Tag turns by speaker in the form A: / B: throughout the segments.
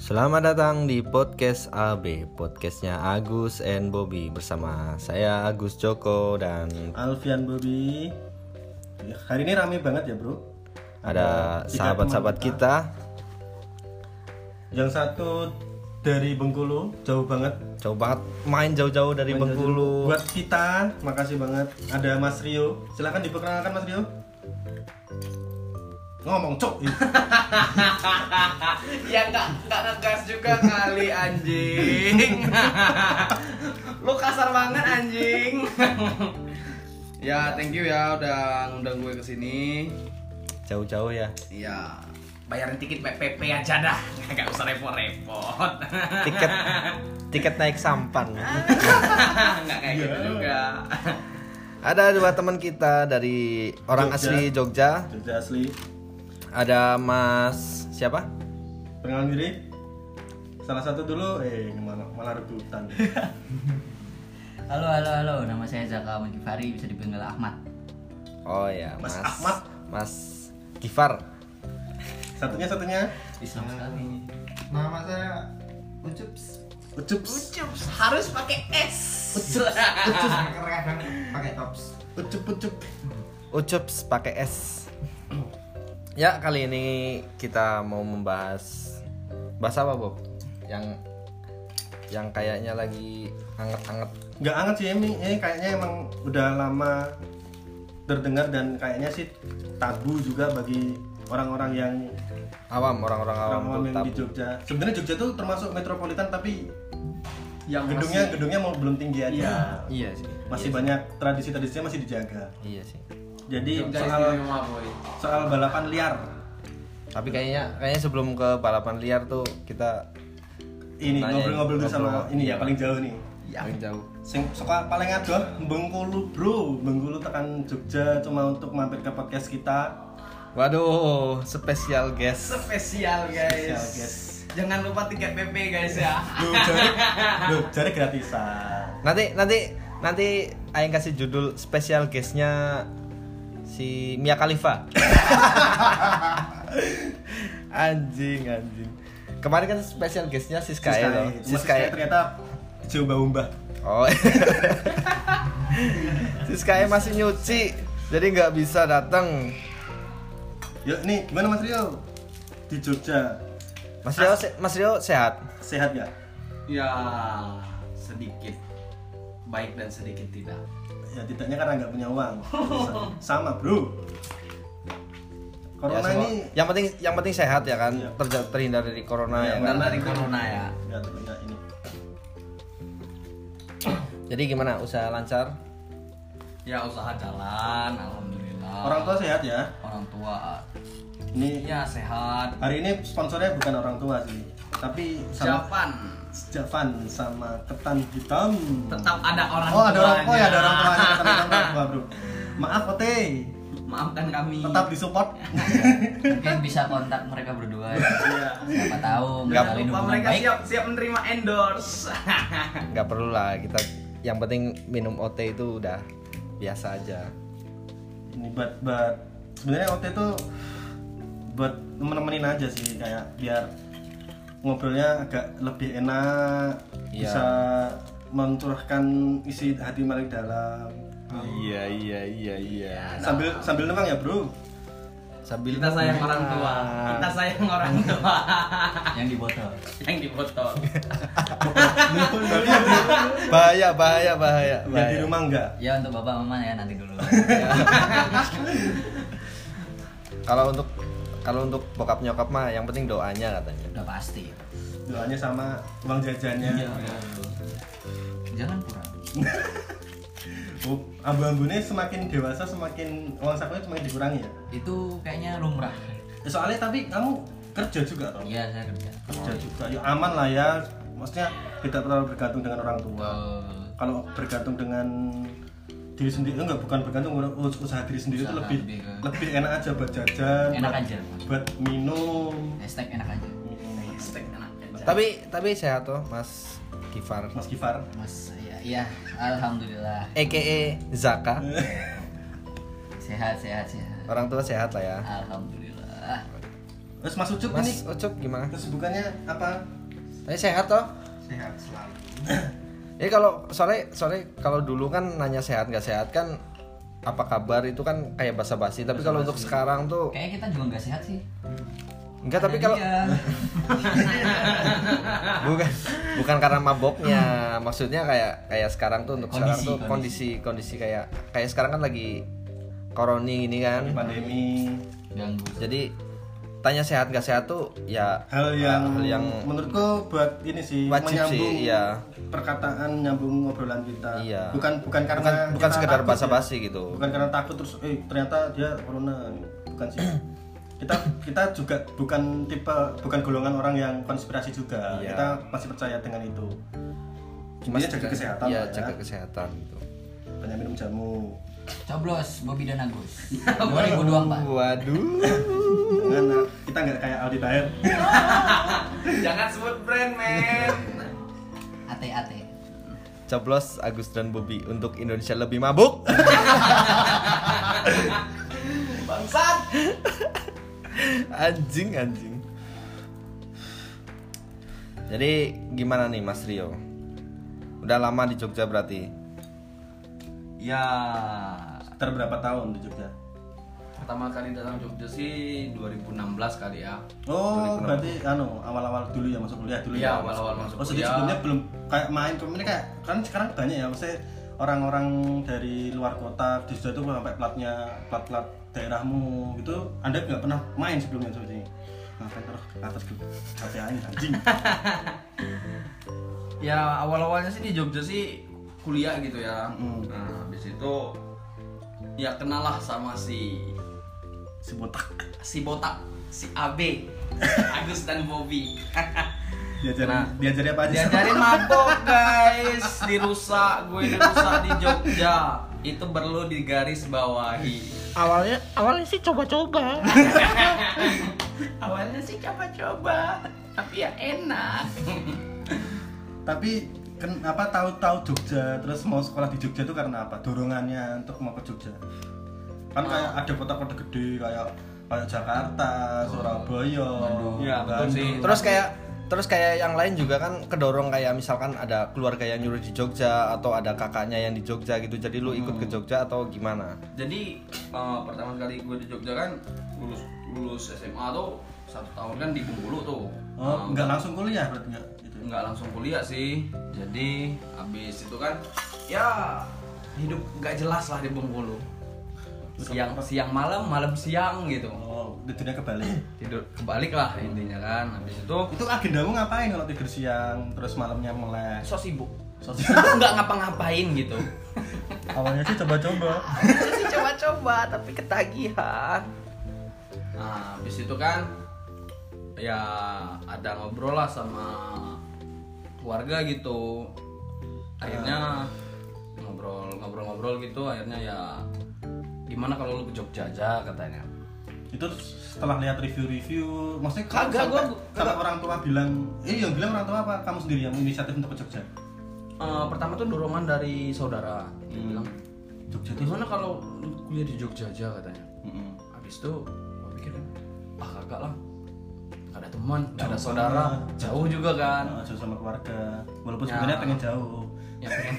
A: Selamat datang di podcast AB, podcastnya Agus and Bobby bersama saya Agus Joko dan
B: Alfian Bobby. Hari ini rame banget ya bro.
A: ada
B: tiga
A: sahabat-sahabat
B: Iya, teman
A: kita.
B: Yang satu dari Bengkulu, jauh banget.
A: Jauh banget main jauh-jauh dari Bengkulu.
B: Buat kita, makasih banget. Ada Mas Rio. Silahkan diperkenalkan Mas Rio. Ngomong cok.
C: ya nggak nggak ngegas juga kali anjing lu kasar banget anjing ya thank you ya udah ngundang gue kesini
A: Jauh-jauh ya.
C: Iya bayarin tiket PPP aja dah nggak usah repot-repot
A: Tiket tiket naik sampan.
C: nggak kayak gitu
D: Iya.
C: juga
A: Ada dua teman kita dari orang
B: Jogja.
A: asli Jogja.
B: Jogja asli.
A: Ada Mas siapa?
B: Perkenalan diri. Salah satu dulu, eh malah, malah rebutan.
D: Halo, halo, halo. Nama saya Zaka Ahmad Gifari, bisa dipanggil Ahmad.
A: Oh ya,
B: Mas
A: Mas
B: Ahmad.
A: Mas Gifar.
B: Satunya satunya.
D: Islam sekali.
E: Nama saya Ucups
B: Ucups.
C: Ucup harus pakai S
E: Kadang-kadang pakai tops
B: Ucup ucup.
A: Ucups pakai S. Ya, kali ini kita mau membahas bahas apa, Bob? Yang yang kayaknya lagi anget-anget.
B: Nggak anget sih ini, ini kayaknya emang udah lama terdengar dan kayaknya sih tabu juga bagi orang-orang yang
A: Awam orang-orang awam
B: Ramuan
A: tuh
B: yang di
A: tabu.
B: Jogja. Sebenarnya Jogja tuh termasuk metropolitan tapi
C: yang
B: gedungnya gedungnya mau belum tinggi aja.
C: Iya.
A: Iya sih.
B: Masih banyak tradisi-tradisinya masih dijaga.
A: Iya sih.
B: Jadi soal
C: soal rumah boy
B: soal balapan liar
A: Tapi kayaknya kayaknya sebelum ke balapan liar tuh kita
B: ini
A: Tanya,
B: ngobrol-ngobrol dulu sama
A: ngobrol.
B: ini ya paling jauh nih.
A: paling jauh.
B: Sing suka paling adoh Bengkulu, Bro. Bengkulu tekan Jogja cuma untuk mampir ke podcast kita.
A: Waduh, spesial guest.
C: spesial guys
B: Spesial, guys.
C: jangan lupa tiket PP guys ya
B: Loh, jari, loh, jari gratisan.
A: Nanti nanti nanti aing kasih judul spesial guestnya si Mia Khalifa. anjing anjing. Kemarin kan spesial guestnya ya, si Sky.
B: Siska,
A: loh.
B: gitu.
A: Si
B: Mas Siska
A: Sky.
B: ternyata coba umbah.
A: E. Oh. si Sky masih nyuci. Jadi nggak bisa datang.
B: Yuk, nih gimana Mas Rio? Di Jogja
A: Mas Rio, se- Mas Rio sehat.
B: sehat nggak?
C: Ya, sedikit baik dan sedikit tidak.
B: ya tidaknya karena nggak punya uang sama bro
A: Ya,
B: corona
A: semua-
B: ini
A: Yang penting yang penting sehat ya kan.
B: Iya.
A: Terja- terhindar dari corona ya,
B: Iya,
A: kan.
C: Karena dari corona ya.
B: ya tentunya ini
A: Jadi gimana? Usaha lancar?
D: Ya, usaha jalan,
C: Ah.
D: alhamdulillah.
B: orang tua sehat ya
D: orang tua
B: ini
D: ya sehat.
B: hari ini sponsornya bukan orang tua sih tapi sama
C: Japan
B: Javan sama ketan hitam
C: tetap ada orang
B: oh ada orang oh
C: tuanya.
B: ya ada orang tuanya ketan hitam orang tua bro maaf Ote
C: Maafkan kami.
B: tetap disupport
D: Mungkin bisa kontak mereka berdua ya.
C: Iya.
D: Siapa tahu
C: Jangan
D: menjalin
C: lupa
D: hubungan
C: mereka
D: baik.
C: siap siap menerima endorse.
A: nggak perlu lah kita yang penting minum OT itu udah biasa aja
B: ini buat buat sebenarnya Ote itu buat nemenin aja sih kayak biar ngobrolnya agak lebih enak
A: Iya.
B: bisa mencurahkan isi hati paling dalam
A: iya iya iya iya
B: sambil sambil nembang ya bro
A: sambil
C: Kita sayang orang tua. Kita sayang orang tua
D: Yang di botol.
C: yang dipotong.
A: bahaya bahaya bahaya,
B: ya di
A: bahaya.
B: rumah enggak
D: Ya untuk bapak mama ya nanti dulu.
A: kalau untuk kalau untuk bokap nyokap mah yang penting doanya katanya
D: Udah pasti.
B: doanya sama uang jajannya
A: Iya.
D: Jangan kurang.
B: Oh, abu-abunya semakin dewasa semakin uang sakunya semakin dikurangi ya
D: Itu kayaknya lumrah.
B: Eh, soalnya tapi kamu kerja juga toh
D: Iya, saya kerja.
B: kerja juga ya aman lah ya maksudnya tidak terlalu bergantung dengan orang tua
D: Eh,
B: kalau bergantung dengan diri sendiri enggak bukan bergantung us- usaha diri sendiri itu
D: Usaha
B: lebih
D: lebih ke-
B: lebih enak aja buat jajan
D: Enak
B: buat-
D: aja.
B: buat minum
D: Hashtag enak aja.
C: Hashtag anak aja.
A: tapi tapi sehat tuh mas Gifar
B: Mas Gifar
D: Mas, ya, iya, alhamdulillah.
A: EKE Zaka
D: Sehat, sehat, sehat.
A: orang tua sehat lah ya
D: Alhamdulillah.
B: terus Mas Ucup ini
A: Mas Ucup gimana
B: kesibukannya apa
A: Tapi sehat toh?
E: sehat selalu
A: Ya kalau soalnya soalnya kalau dulu kan nanya sehat nggak sehat kan apa kabar itu kan kayak basa-basi. Tapi kalau untuk sekarang tuh
D: Kayaknya kita juga nggak sehat sih.
A: enggak Ya, tapi
D: Ada
A: kalau
D: dia.
A: bukan bukan karena maboknya maksudnya kayak kayak sekarang tuh untuk sekarang
D: Kondisi,
A: tuh kondisi kondisi kayak kayak sekarang kan lagi koroni ini kan
B: Iya. pandemi
D: ganggu.
A: jadi tanya sehat nggak sehat tuh ya
B: hal yang,
A: hal yang
B: menurutku buat ini sih
A: Wajib
B: menyambung
A: sih, iya.
B: perkataan nyambung ngobrolan kita
A: Iya.
B: bukan bukan
A: bukan
B: karena
A: bukan
B: kita
A: sekedar
B: takut ya.
A: basa-basi gitu
B: bukan karena takut terus eh ternyata dia corona bukan sih kita kita juga bukan tipe bukan golongan orang yang konspirasi juga
A: Iya.
B: kita masih percaya dengan itu
A: cuma
B: Intinya jaga kesehatan
A: iya
B: lah ya.
A: jaga kesehatan gitu
B: banyak minum jamu
D: Coblos Bobby dan Agus. 2024.
A: waduh
B: dengan kita nggak kayak Aldi Taher
C: Jangan sebut brand, men.
D: AT-AT.
A: coblos Agus dan Bobi untuk Indonesia lebih mabuk
C: Bangsat.
A: anjing anjing jadi gimana nih Mas Rio udah lama di Jogja berarti
C: Ya,
B: sekitar berapa tahun di Jogja
C: pertama kali datang Jogja sih 2016 kali ya.
B: Oh, berarti anu awal-awal dulu ya masuk kuliah dulu
C: Iya,
B: ya.
C: awal-awal masuk
B: Oh, jadi
C: kuliah.
B: sebelumnya belum kayak main ini kayak kan sekarang banyak ya maksudnya orang-orang dari luar kota di situ itu sampai platnya plat-plat daerahmu gitu. Anda nggak pernah main sebelumnya seperti ini. Ngapain terus ke atas gitu? Capean anjing.
C: Ya, awal-awalnya sih di Jogja sih kuliah gitu ya.
B: Mm.
C: Nah, habis itu ya kenalah sama si
B: si botak
C: si botak, si AB, Agus dan Bobby.
B: diajarin
C: Nah.
B: diajarin apa aja?
C: Diajarin mabok guys, dirusak, gue dirusak di Jogja. Itu perlu digaris bawahi.
F: awalnya awalnya sih coba-coba
C: Awalnya sih coba-coba, tapi ya enak.
B: Tapi ken, apa tahu-tahu Jogja terus mau sekolah di Jogja itu karena apa? Dorongannya untuk mau ke Jogja. Kan kayak ada kota-kota gede kayak kayak Jakarta, Surabaya,
C: Iya, betul
B: Bandung.
C: sih.
A: terus kayak terus kayak yang lain juga kan kedorong kayak misalkan ada keluarga yang nyuruh di Jogja atau ada kakaknya yang di Jogja gitu jadi lu ikut ke
C: Hmm.
A: Jogja atau gimana
C: Jadi eh, pertama kali gue di Jogja kan lulus lulus SMA tuh satu tahun kan di Bengkulu tuh.
B: Oh,
C: Nah,
B: nggak langsung kuliah berarti nggak gitu.
C: nggak langsung kuliah sih jadi habis itu kan ya hidup nggak jelas lah di Bengkulu siang siang malam malam siang gitu
B: Oh, tidurnya kebalik.
C: tidur kebalik lah intinya kan habis itu
B: itu agendamu ngapain kalau tidur siang terus malamnya mulai?
C: so sibuk
B: So
C: Sibuk nggak ngapa-ngapain gitu
B: Awalnya sih coba-coba.
C: sih coba-coba tapi ketagihan nah habis itu kan ya ada ngobrol lah sama keluarga gitu akhirnya ngobrol ngobrol ngobrol gitu akhirnya ya gimana kalau lu ke Jogja aja katanya
B: itu setelah lihat review-review maksudnya kamu
C: Kagak,
B: sampai,
C: gua-
B: sampai orang tua bilang eh yang bilang orang tua apa kamu sendiri yang inisiatif untuk ke Jogja
C: Eh, pertama tuh dorongan dari saudara dia bilang
B: Jogja itu
C: gimana kalau lu kuliah di Jogja aja katanya
B: Mm-mm.
C: habis itu gue pikir kan ah kagak lah gak ada teman gak ada saudara jauh juga kan
B: Nah, jauh sama keluarga walaupun
C: Ya.
B: sebenarnya pengen jauh
C: Ya, pengen.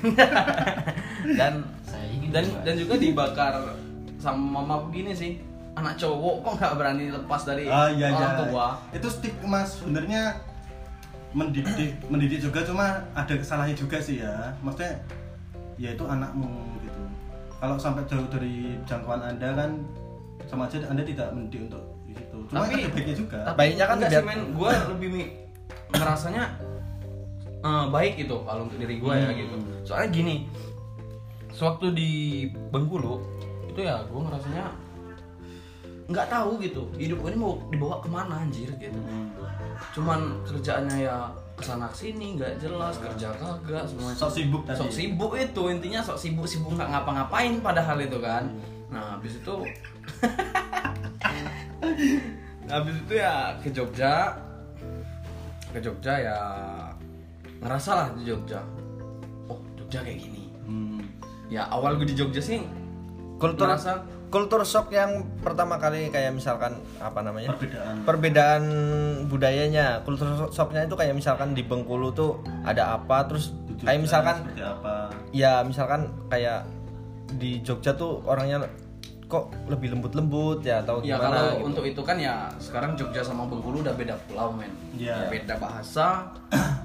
C: dan
D: Saya ingin
C: dan
D: coba.
C: dan juga dibakar sama mama aku gini sih anak cowok kok nggak berani lepas dari
B: ah iya iya
C: orang tua
B: itu stigma sebenarnya mendidik mendidik juga cuma ada kesalahannya juga sih ya maksudnya ya itu anakmu gitu kalau sampai jauh dari jangkauan anda kan sama aja anda tidak mendidik untuk itu cuma
C: Tapi-
B: ada baiknya juga
C: Tapi
A: Baiknya kan
C: enggak
A: biar-
C: sih men gue lebih mi- ngerasanya eh, baik gitu kalau untuk diri gue ya gitu soalnya gini sewaktu di Bengkulu itu ya gue ngerasanya nggak tahu gitu hidup gue ini mau dibawa kemana anjir gitu cuman kerjaannya ya kesana kesini nggak jelas kerja kagak semua
B: sok sibuk tadi
C: sok sibuk itu intinya sok sibuk sibuk nggak ngapa-ngapain padahal itu kan nah habis itu Nah, habis itu ya ke Jogja ke Jogja ya ngerasa lah di Jogja oh Jogja kayak gini
B: Hmm.
C: ya awal gue di Jogja sih
A: Kultur-
C: ngerasa
A: Kultur shock yang pertama kali kayak misalkan apa namanya?
B: Perbedaan.
A: Perbedaan budayanya. Kultur shocknya itu kayak misalkan di Bengkulu tuh ada apa terus
B: Jogja
A: kayak misalkan
B: seperti apa
A: ya misalkan kayak di Jogja tuh orangnya kok lebih lembut-lembut ya
B: Oh,
A: atau
C: Ya
A: gimana
C: kalau
A: gitu.
C: untuk itu kan ya sekarang Jogja sama Bengkulu udah beda pulau men. Ya,
B: Iya.
C: Beda bahasa,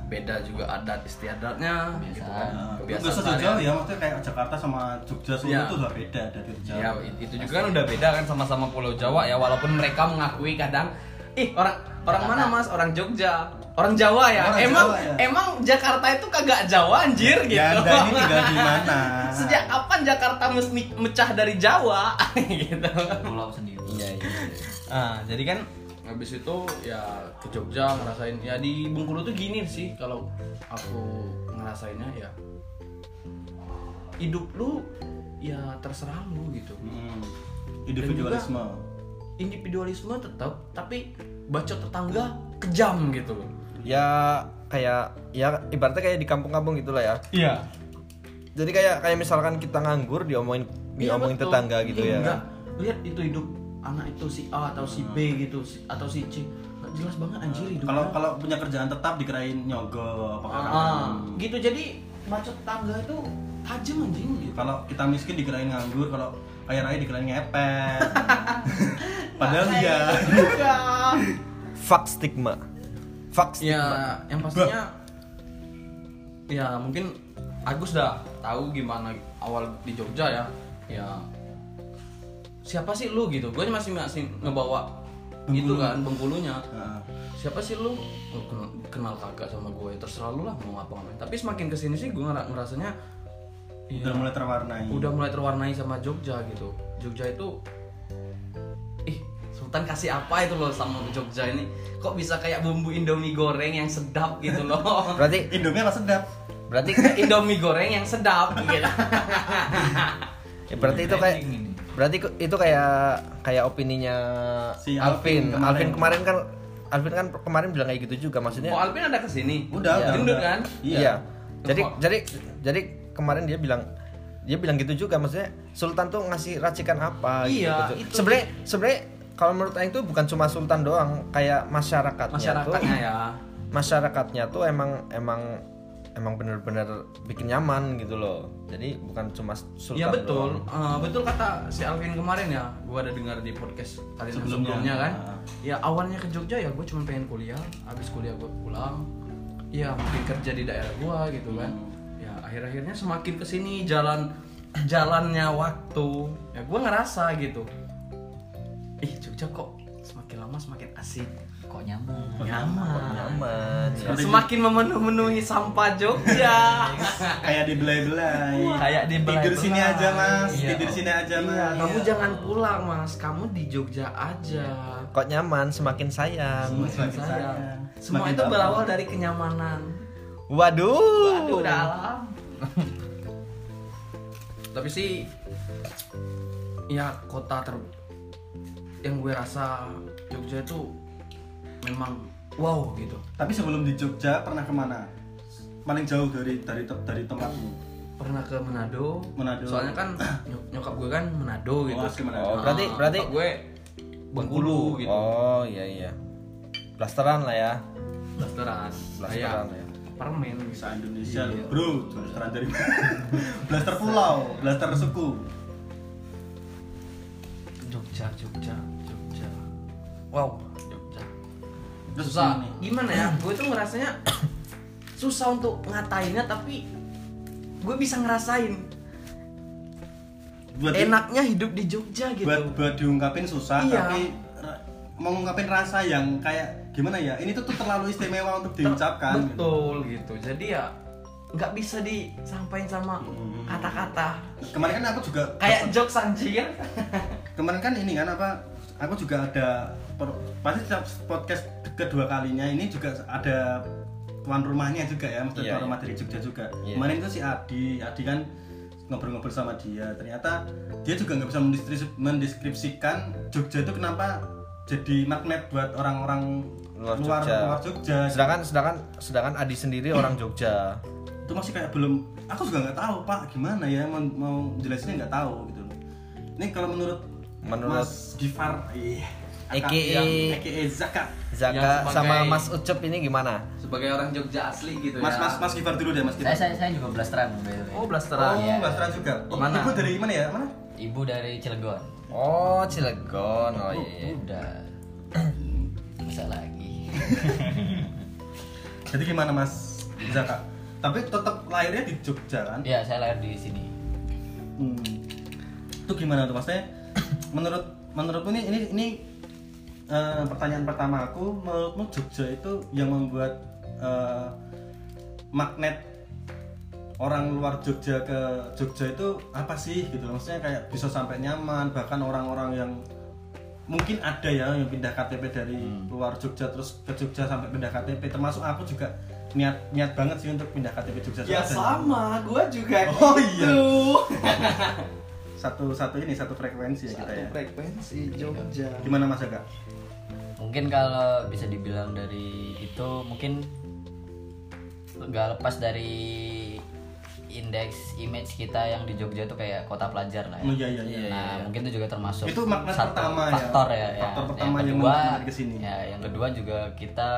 C: beda juga adat istiadatnya, gitu kan.
B: Nah, nggak
C: Kebiasaan
B: usah jauh
C: sehari-hari.
B: ya maksudnya kayak Jakarta sama Jogja Solo
C: Iya.
B: itu udah beda dari Jawa
C: Ya it- itu juga kan udah beda kan sama-sama Pulau Jawa ya walaupun mereka mengakui kadang ih orang orang mana Mas orang Jogja orang Jawa ya
B: Orang
C: emang
B: Jawa ya."
C: emang Jakarta itu kagak Jawa anjir gitu
B: Ya, Anda ini tinggal di mana?
C: sejak kapan Jakarta mes- mecah dari Jawa gitu
D: pulau sendiri
A: Iya, iya.
C: ah jadi kan habis itu ya ke Jogja ngerasain ya di Bengkulu tuh gini sih kalau aku ngerasainnya ya hidup lu ya terserah lu gitu
B: Hmm. individualisme
C: individualisme tetap tapi bacot tetangga kejam gitu loh
A: Ya kayak ya ibaratnya kayak di kampung-kampung gitulah ya.
C: iya
A: Jadi kayak kayak misalkan kita nganggur diomongin diomongin
C: Iya, betul.
A: Iya,
C: Iya.
A: tetangga gitu ya.
C: Enggak.
A: kan.
C: lihat itu hidup anak itu si A atau si B
A: Hmm.
C: gitu si- atau si C Nggak jelas banget anjir hidupnya
B: kalau kalau punya kerjaan tetap dikirain nyogok apa Hmm.
C: Ah, ah. gitu jadi bacot tetangga itu tajam anjing gitu
B: kalau kita miskin dikirain nganggur kalau kaya raya dikirain ngepet padahal ya
C: Iya.
A: Fuck stigma. Fuck
C: ya
A: stigma.
C: yang pastinya ya mungkin Agus dah tahu gimana awal di Jogja ya ya siapa sih lu gitu gue masih masih ngebawa itu kan bengkulunya
B: Nah,
C: siapa sih lu Oh, kenal, kenal kagak sama gue terserah lu lah mau ngapa ngapain tapi semakin kesini sih gue ngera- ngerasanya ya,
B: udah mulai terwarnai
C: udah mulai terwarnai sama Jogja gitu Jogja itu ih Sultan kasih apa itu loh sama Jogja ini kok bisa kayak bumbu Indomie goreng yang sedap gitu loh
A: Berarti
B: Indomie lah sedap
A: berarti
C: Indomie goreng yang sedap gitu
A: ya berarti itu kayak berarti ku- itu kayak kayak opininya
B: Si
A: Alvin.
B: Alvin
A: Alvin kemarin.
B: kemarin.
A: kan Alvin kan kemarin bilang kayak gitu juga maksudnya.
C: Oh Alvin ada kesini
B: udah udah,
C: gendut
B: udah.
C: kan
B: iya,
A: Iya. Jadi
C: Kok?
A: jadi jadi kemarin dia bilang dia bilang gitu juga maksudnya Sultan tuh ngasih racikan apa
C: Iya,
A: gitu.
C: itu.
A: Sebenarnya sebenarnya kalau menurut Aing tuh bukan cuma Sultan doang, kayak masyarakatnya, tuh
C: masyarakatnya ya
A: masyarakatnya tuh emang emang emang bener-bener bikin nyaman gitu loh. Jadi bukan cuma Sultan
C: Iya betul,
A: doang.
C: Eh, betul kata si Alvin kemarin ya. Gua ada dengar di podcast kalian yang sebelumnya,
B: Sebelumnya.
C: kan.
B: Ah.
C: Ya awalnya ke Jogja ya gue cuma pengen kuliah, habis kuliah gue pulang. Ya mungkin kerja di daerah gua gitu kan. Ya akhir-akhirnya semakin kesini jalan jalannya waktu, ya gua ngerasa gitu. Ih Jogja kok semakin lama semakin asik,
D: kok nyambung
C: nyaman.
A: Nyaman. ya.
B: Seperti
C: Semakin memenuhi sampah Jogja.
B: kayak dibelai-belai
C: Kayak dibelai-belai.
B: tidur sini aja mas
C: Iya.
B: tidur sini aja mas
C: Iya, kamu jangan pulang mas, kamu di Jogja aja.
A: Kok nyaman semakin sayang.
B: Semakin
C: Iya. Sayang.
B: sayang.
C: Semua
B: Semakin
C: itu
B: lama.
C: berawal dari kenyamanan.
A: Waduh.
C: Aduh, dalam. Tapi sih, ya kota ter yang gue rasa Jogja itu memang wow gitu.
B: tapi sebelum di Jogja pernah kemana paling jauh dari dari te- dari tempatmu
C: Pernah ke Manado.
B: Manado.
C: Soalnya kan nyok- nyokap gue kan Manado gitu.
B: asli Manado.
A: Oh, berarti
C: Ah,
A: berarti
C: nyokap gue Bengkulu gitu.
A: Oh iya iya. Blasteran lah ya.
C: Blasteran.
A: Blasteran
C: Kayak
A: ya.
C: Permen bisa.
B: bisa Indonesia loh bro blasteran dari blaster pulau blaster suku
C: Jogja, Jogja, Jogja. Wow, Jogja.
B: Terus
C: Susah.
B: gimana
C: Gimana ya? Gue tuh ngerasanya susah untuk ngatainnya tapi gue bisa ngerasain
B: buat di-
C: enaknya hidup di Jogja gitu.
B: buat buat diungkapin susah
C: Iya.
B: tapi ra- mau ngungkapin rasa yang kayak gimana ya ini tuh tuh terlalu istimewa untuk diucapkan
C: Betul gitu. Jadi ya nggak bisa disampaikan sama
B: Hmm.
C: kata-kata.
B: kemarin kan aku juga
C: Kayak jok sanjir.
B: kemarin kan ini kan apa aku juga ada per- pasti setiap podcast kedua kalinya ini juga ada tuan rumahnya juga ya maksudnya
A: Iya,
B: tuan
A: iya.
B: rumah dari Jogja juga
A: Iya.
B: kemarin itu si Adi Adi kan ngobrol-ngobrol sama dia ternyata dia juga nggak bisa mendeskri- mendeskripsikan Jogja itu kenapa jadi magnet buat orang-orang
A: Luar
B: luar luar
A: Jogja.
B: Jogja,
A: Sedangkan sedangkan sedangkan Adi sendiri orang Jogja.
B: itu masih kayak belum aku juga nggak tahu pak gimana ya mau, mau jelasinnya nggak tahu gitu loh ini kalau menurut
A: menurut
B: Mas Gifar iya
A: AKA.
B: Yang- AKA Zaka
A: Zaka
C: yang
A: sama
C: sebagai-
A: Mas Ucup ini gimana?
C: Sebagai orang Jogja asli gitu
B: Mas
C: ya.
B: Mas Mas Gifar dulu deh Mas
D: Saya
B: Gifar
D: saya saya juga blasteran by the way.
C: Oh, blasteran.
B: Oh,
D: Iya.
B: Mas Ra juga. Oh,
C: Mana?
B: Ibu dari mana ya? Mana?
D: Ibu dari Cilegon.
A: Oh, Cilegon. Oh iya.
D: Udah. Masa lagi.
B: Jadi gimana Mas Zaka? Tapi tetap lahirnya di Jogja kan?
D: ya, saya lahir di sini.
B: Hmm. Itu gimana tuh maksudnya? menurut menurutmu ini ini ini eh, pertanyaan pertama aku menurutmu Jogja itu yang membuat eh, magnet orang luar Jogja ke Jogja itu apa sih gitu maksudnya kayak bisa sampai nyaman bahkan orang-orang yang mungkin ada ya yang pindah KTP dari luar Jogja terus ke Jogja sampai pindah KTP termasuk aku juga niat niat banget sih untuk pindah KTP Jogja Soalnya-
C: Ya sama, gua juga
B: Oh, iya.
C: gitu.
B: satu satu ini satu frekuensi ya kita
C: Satu
B: ya
C: frekuensi Jogja.
B: gimana mas Aga?
D: Mungkin kalau bisa dibilang dari itu mungkin nggak lepas dari indeks image kita yang di Jogja itu kayak kota pelajar lah ya.
B: Oh, iya, iya, iya.
D: Nah, mungkin itu juga termasuk
B: Itu makna
D: satu
B: pertama ya.
D: faktor ya. ya.
B: Faktor pertama yang
D: kedua,
B: menarik ke sini.
D: Ya, yang kedua juga kita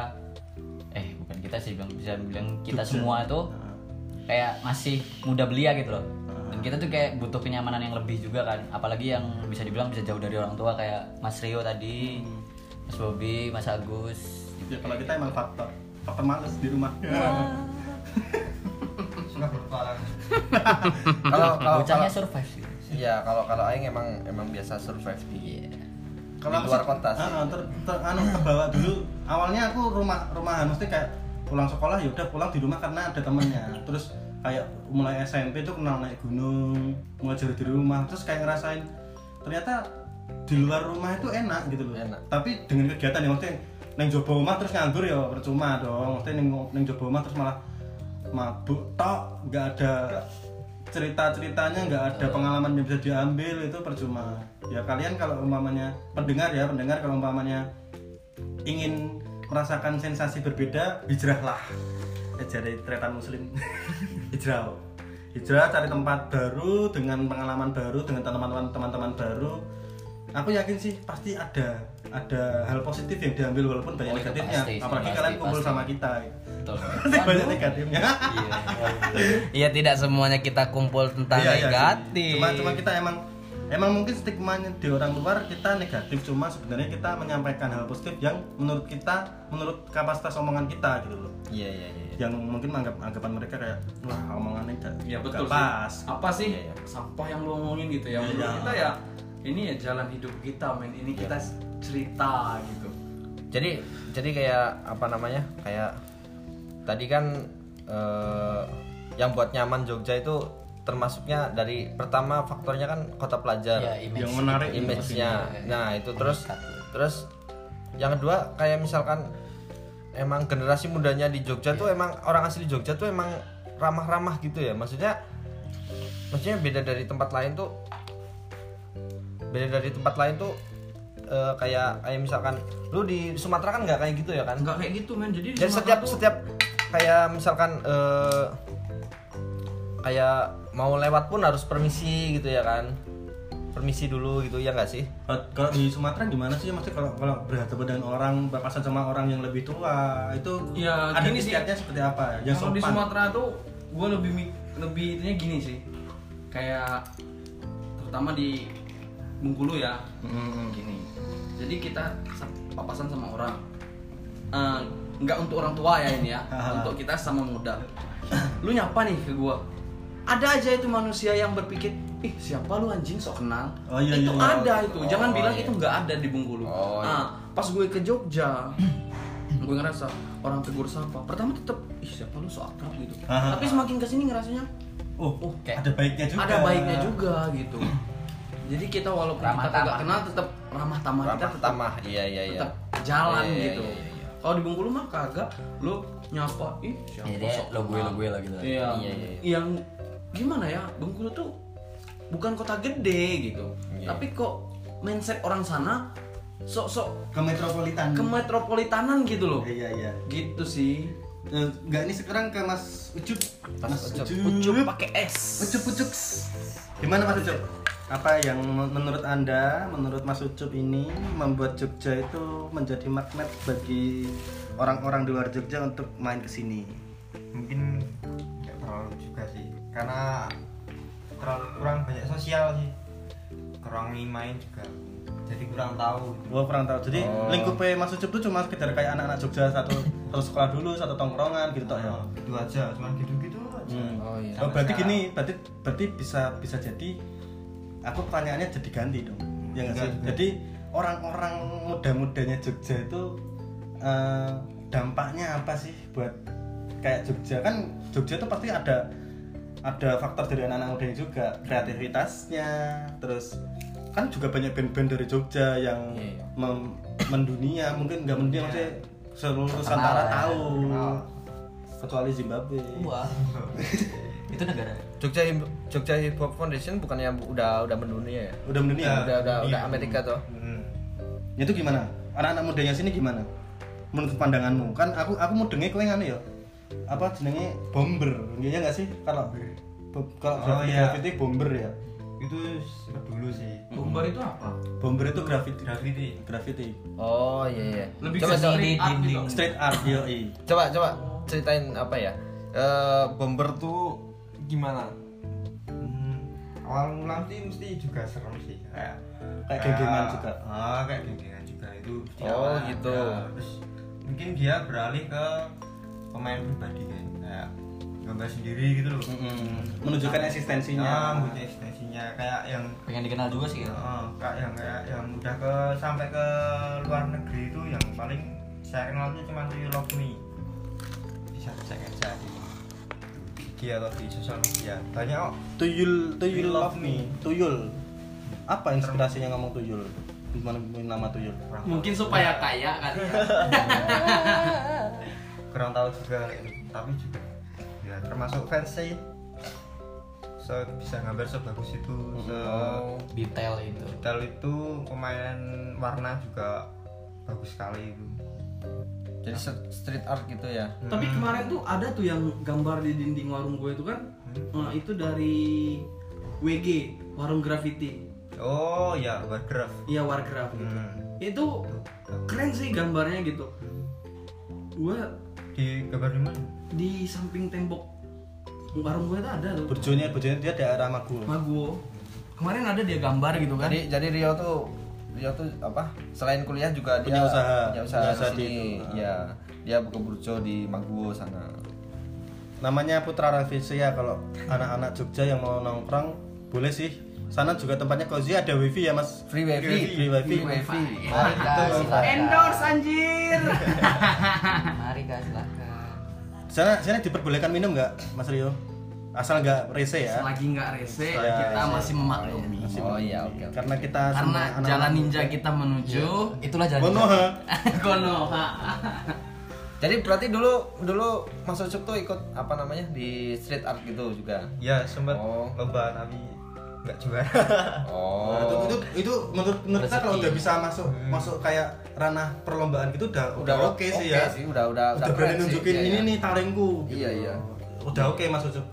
D: eh bukan kita sih bilang bisa bilang kita
B: Jogja.
D: semua tuh
B: Nah.
D: kayak masih muda belia gitu
B: Ah.
D: loh. Dan kita tuh kayak butuh kenyamanan yang lebih juga kan. Apalagi yang bisa dibilang bisa jauh dari orang tua kayak Mas Rio tadi,
B: Hmm.
D: Mas Bobby, Mas Agus.
B: Ya kalau kita emang faktor faktor males di rumah.
E: suka bertualang
A: Kalau
B: Oh,
A: kalau
D: Bocahnya
A: kalau-
D: survive sih.
A: Iya, kalau kalau aing emang emang biasa survive di
D: Iya.
A: di luar
B: masih-
A: kota sih.
B: Ah, ah, ter, ter, anu, terbawa dulu. Awalnya aku rumah rumahan mesti kayak pulang sekolah ya udah pulang di rumah karena ada temennya. Terus kayak mulai SMP tuh kenal naik gunung, mulai jauh di rumah. Terus kayak ngerasain ternyata di luar rumah itu enak gitu loh.
A: Enak.
B: Tapi dengan kegiatan yang maksudnya neng coba rumah terus nganggur ya percuma dong. Maksudnya neng neng coba rumah terus malah mabuk tok, nggak ada cerita-ceritanya nggak ada pengalaman yang bisa diambil itu percuma ya kalian kalau umpamanya pendengar ya pendengar kalau umpamanya ingin merasakan sensasi berbeda hijrahlah Ya, jadi tretan muslim hijrah hijrah cari tempat baru dengan pengalaman baru dengan teman-teman teman-teman baru aku yakin sih pasti ada ada hal positif yang diambil walaupun banyak
D: Oh, itu
B: negatifnya
D: pasti,
B: apalagi
D: pasti,
B: kalian kumpul
D: pasti.
B: sama kita
D: Betul.
B: pasti banyak negatifnya
G: Iya tidak semuanya kita kumpul tentang
B: Iya, iya,
G: negatif.
B: iya. Cuma cuma kita emang emang mungkin stigmanya di orang luar kita negatif cuma sebenarnya kita menyampaikan hal positif yang menurut kita menurut kapasitas omongan kita gitu loh.
A: Iya, iya, iya.
B: Yang mungkin anggap anggapan mereka kayak wah omongannya nggak
C: Ya
B: nggak
C: betul sih.
B: pas.
C: Apa sih
A: Iya, iya.
C: sampah yang lu ngomongin gitu ya? Menurut
B: Iya.
C: kita ya ini ya jalan hidup kita, men. Ini kita cerita gitu.
A: jadi jadi kayak apa namanya kayak tadi kan eh, yang buat nyaman Jogja itu termasuknya dari pertama faktornya kan kota pelajar
D: Ya, image.
B: Yang menarik
A: image-nya nah
C: Iya.
A: itu terus terus yang kedua kayak misalkan emang generasi mudanya di Jogja tuh
C: Iya.
A: emang orang asli Jogja tuh emang ramah-ramah gitu ya maksudnya maksudnya beda dari tempat lain tuh beda dari tempat lain tuh eh, kayak kayak misalkan lu di Sumatera kan nggak kayak gitu ya kan
C: Enggak kayak gitu, men. Jadi di
A: jadi
C: Sumatera
A: setiap
C: tuh-
A: setiap kayak misalkan eh, kayak mau lewat pun harus permisi gitu ya kan permisi dulu gitu ya nggak sih
B: Kalau- Kalau di Sumatera gimana sih maksudnya kalau kalau berhadapan dengan orang berpasangan sama orang yang lebih tua itu
C: Ya,
B: ada
C: gini sih.
B: istiadatnya seperti apa? Yang
C: Kalau di
B: sopan.
C: Sumatera tuh gue lebih mik- lebih itunya gini sih. Kayak terutama di Bengkulu ya. Gini. Jadi kita sa- papasan sama orang. Eh, nggak untuk orang tua ya ini ya. untuk kita sama muda. Lu nyapa nih ke gua. Ada aja itu manusia yang berpikir, ih siapa lu anjing sok kenal.
B: Oh, iya,
C: itu
B: iya, iya.
C: ada itu. Jangan
A: Oh,
C: bilang
A: iya.
C: itu nggak ada di Bengkulu.
A: Oh, iya.
C: Ah, pas gue ke Jogja, gue ngerasa orang tegur sapa. Pertama tetap, ih siapa lu so akrab gitu.
B: Ah.
C: Tapi semakin kesini ngerasanya
B: Oh,
C: Oh, kayak-
B: ada baiknya juga.
C: ada baiknya juga gitu. Jadi kita walaupun
D: Ramah
C: kita kagak
D: tamah.
C: kenal tetap ramah tamah kita
A: ramah
C: tetap-
A: tamah iya iya iya
C: tetap jalan
A: Iya, iya,
C: gitu.
A: iya, iya, iya.
C: Kalau di Bengkulu mah kagak, lu nyapa, ih siapa
D: Jadi
C: sok
D: lo gue
C: kenal?"
D: lo gue lah gitu. lah.
C: Iya.
A: Iya, iya,
C: Yang gimana ya? Bengkulu tuh bukan kota gede gitu.
A: Iya.
C: Tapi kok mindset orang sana sok-sok
B: ke metropolitan.
C: ke metropolitanan gitu loh.
B: Iya iya.
C: Gitu sih.
B: Eh, Enggak ini sekarang ke Mas Ucup.
A: Mas Ucup.
C: Ucup pakai es.
B: Ucup Ucup. Gimana Mas Ucup? apa yang men- menurut anda menurut Mas Ucup ini membuat Jogja itu menjadi magnet bagi orang-orang di luar Jogja untuk main ke sini
E: mungkin nggak terlalu juga sih karena terlalu kurang banyak sosial sih kurang main juga jadi kurang tahu
B: gua kurang tahu jadi
A: Oh.
B: lingkupnya Mas Ucup itu cuma sekedar kayak anak-anak Jogja satu satu sekolah dulu satu tongkrongan gitu toh ya
E: Oh, gitu aja cuman gitu-gitu aja
B: Hmm.
A: Oh iya.
B: Oh, berarti
E: sekarang.
B: gini, berarti berarti bisa bisa jadi aku pertanyaannya jadi ganti dong. Ya nggak sih?
E: Enggak.
B: Jadi orang-orang muda-mudanya Jogja itu eh, dampaknya apa sih buat kayak Jogja kan Jogja itu pasti ada ada faktor dari anak-anak mudanya juga kreativitasnya terus kan juga banyak band-band dari Jogja yang
A: Iya, iya.
B: mem- mendunia mungkin nggak mendunia maksudnya seluruh
D: Terkenal
B: Nusantara
D: ya,
B: tahu
E: terkenal.
B: kecuali Zimbabwe
D: Wah. itu negara.
A: Jogja Hip- Jogja Hip Hop Foundation bukannya udah udah mendunia Iya. ya?
B: udah mendunia
A: Udah udah udah Amerika toh.
E: Hmm.
B: Ya itu gimana? Anak-anak mudanya sini gimana? Menurut pandanganmu? Kan aku aku mudenge kowe ngene ya. Apa jenenge bomber? Iya nggak sih? Kalau bo- kalau
E: Oh,
B: graffiti,
E: iya.
B: graffiti bomber ya.
E: itu dulu sih
C: Bomber itu apa?
B: Bomber itu Hmm. graffiti
E: graffiti
B: graffiti.
A: Oh iya iya.
C: Lebih
A: coba,
C: ke
A: coba,
C: street art gitu.
B: Street art yoi.
A: coba coba ceritain apa ya? Eh bomber tuh gimana?
E: Hmm, awal mula sih mesti juga serem sih kayak
B: Kayak genggengan juga.
E: ah kayak genggengan juga itu mesti
A: Oh,
E: awal
A: gitu.
E: ada. terus mungkin dia beralih ke pemain pribadi kan kayak gambar sendiri gitu loh
B: Mm-mm. Menunjukkan
E: ah,
B: eksistensinya.
E: menunjukkan eksistensinya kayak yang
D: Pengen dikenal juga sih. ya.
E: ah, kayak yang kayak yang udah ke sampai ke luar negeri itu yang paling saya kenal tuh cuma di Logmi bisa cek aja di dia atau di sosial media banyak kok
B: Tuyul Tuyul
E: You
B: love
E: love
B: me. Tuyul. Apa inspirasinya ngomong tuyul? Gimana nama tuyul?
E: Kurang tahu.
C: Mungkin supaya kaya kali ya.
E: kurang tahu juga gitu. tapi juga ya termasuk fans sih so, bisa gambar sebagus itu se
D: Detail itu.
E: detail itu pemain warna juga bagus sekali itu
A: Jadi
B: Nah.
A: se- street art gitu ya.
C: Tapi
B: Hmm.
C: kemarin tuh ada tuh yang gambar di dinding warung gue itu kan
B: Hmm.
C: eh, itu dari WG warung graffiti
E: oh ya wargraf
C: ya warcraft gitu
E: hmm.
C: itu keren sih gambarnya gitu gue
E: di gambar di mana
C: di samping tembok warung gue tuh ada tuh
B: Bojonya bojonya dia daerah Magu.
C: Maguwo kemarin ada dia gambar gitu kan
A: Jadi jadi Rio tuh Rio tuh apa? Selain kuliah juga
B: Punya
A: dia
B: usaha.
A: punya usaha,
B: Punya
A: di
B: usaha di
A: sini.
B: itu. Ah.
A: Iya. Dia buka burjo di Maguwo sana.
B: namanya Putra Revisi ya kalau anak-anak Jogja yang mau nongkrong boleh sih sana juga tempatnya cozy ada wifi ya mas
A: Free wifi. Nah, gitu.
B: free wifi
D: Mari kak silakan.
C: endorse anjir
D: Mari kak silakan.
B: sana sana diperbolehkan minum nggak mas Rio asal nggak rese ya
C: selagi nggak rese
B: Selagi
C: kita
B: rese.
C: masih memaklumi
A: Oh iya oke. oke.
B: karena kita
C: karena
B: semua anak-anak
C: jalan ninja
B: Jogja. Oh,
C: kita menuju
D: Iya. Itulah jalan.
B: Konoha
C: Konoha
A: Jadi berarti dulu dulu Mas Ucup tuh ikut apa namanya di street art gitu juga.
E: ya sempat
A: Oh.
E: lomba tapi nggak juara
B: Nah, itu,
A: Oh.
B: itu itu menurut menurut saya kalau udah bisa masuk masuk kayak ranah perlombaan gitu udah udah oke sih ya
A: udah udah
B: udah
A: keren
B: berani
A: sih,
B: nunjukin
A: iya,
B: ini
A: iya.
B: nih taringku gitu.
A: Iya, iya.
B: udah oke mas Ucup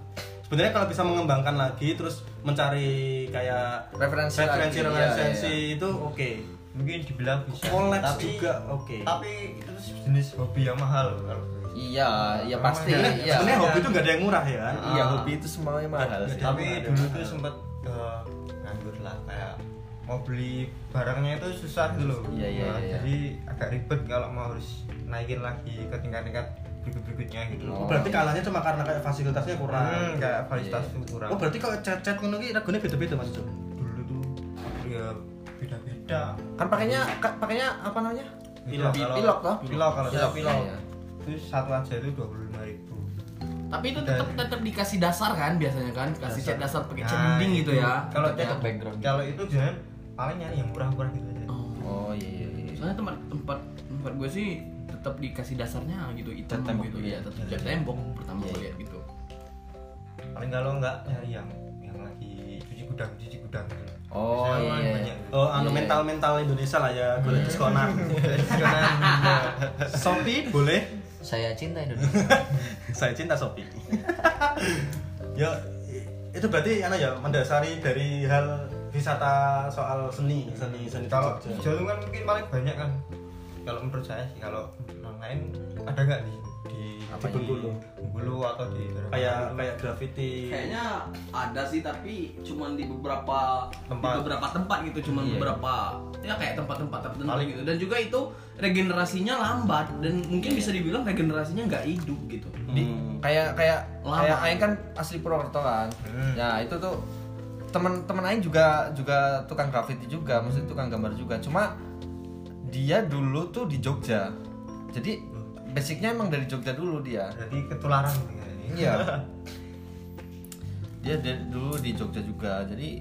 B: sebenarnya kalau bisa mengembangkan lagi terus mencari kayak
A: Referensi lagi,
B: referensi
A: iya,
B: referensi
A: iya,
B: itu oke
E: mungkin dibilang bisa
B: Collapse
E: tapi
B: juga oke
E: tapi itu jenis hobi yang mahal kalau
A: Iya, iya pasti.
E: Emang
B: Nah, Sebenarnya-
A: Iya.
B: sebenarnya hobi itu nggak ada yang murah ya kan
A: Iya, hobi itu semuanya mahal sih.
E: Ya, tapi dulu tuh sempet eh, nganggur lah kayak mau beli barangnya itu susah gitu loh
A: Iya, iya,
E: Nah,
A: iya.
E: jadi agak ribet kalau mau harus naikin lagi ke tingkat-tingkat berikut-berikutnya gitu
A: Oh. iya.
E: loh
B: berarti kalahnya cuma karena kayak fasilitasnya kurang
E: hmm, kayak validitas tuh kurang
B: oh berarti kalau chat-chat ngono iki regane beda-beda mas Ucup
E: dulu tuh ya beda-beda
A: Kan pakainya ka- pakainya apa namanya?
E: Pilok, kalau-
A: Pilok toh?
E: pilok kalau saya pilok
A: iya.
E: itu satu aja itu dua puluh lima ribu
C: tapi itu tetap tetap dikasih dasar kan biasanya kan kasih cat dasar pakai cat dinding gitu ya
E: Nah, kalau
D: Tetap
E: tetap
D: background.
E: kalau itu jangan paling nyari yang murah-murah gitu aja
C: Oh.
A: Oh iya iya. iya.
C: soalnya tempat tempat tempat gue sih tetap dikasih dasarnya gitu
A: Cat
C: hitam
A: tembok
C: gitu
A: gitu
C: ya
E: iya.
A: ya.
C: tetap cat tembok pertama gue lihat gitu
E: paling kalau enggak nyari yang yang lagi cuci gudang cuci gudang gitu loh.
A: Oh,
E: Biasanya
A: iya,
E: kan
A: iya.
E: banyak gitu.
B: oh anu
A: Iya.
B: mental-mental Indonesia lah ya boleh diskonan Shopee boleh
D: Saya cinta Indonesia.
B: saya cinta Shopee ya i- itu berarti anu ya mendasari dari hal wisata soal seni seni seni
E: kalau
B: Jogja.
E: hijau itu kan mungkin paling banyak kan kalau menurut saya sih kalau yang lain ada nggak di di
A: Apa
E: di
B: Bengkulu?
E: Bengkulu atau di
B: kayak kayak graffiti
C: Kayaknya ada sih tapi cuman di beberapa
E: Tempat.
C: di beberapa tempat gitu, cuman
E: Iya.
C: beberapa ya kayak tempat-tempat tertentu
E: Paling-
C: gitu. Dan juga itu regenerasinya lambat dan mungkin
E: Iya,
C: bisa dibilang regenerasinya nggak hidup gitu.
A: Di- kayak kayak
C: Lama.
A: kayak Aing kan asli Purwokerto kan
D: Hmm.
A: ya itu tuh teman-teman Aing juga juga tukang graffiti juga mesti tukang gambar juga cuma dia dulu tuh di Jogja jadi basicnya emang dari Jogja dulu dia
E: berarti ketularan gitu ya.
A: iya dia dari dulu di Jogja juga jadi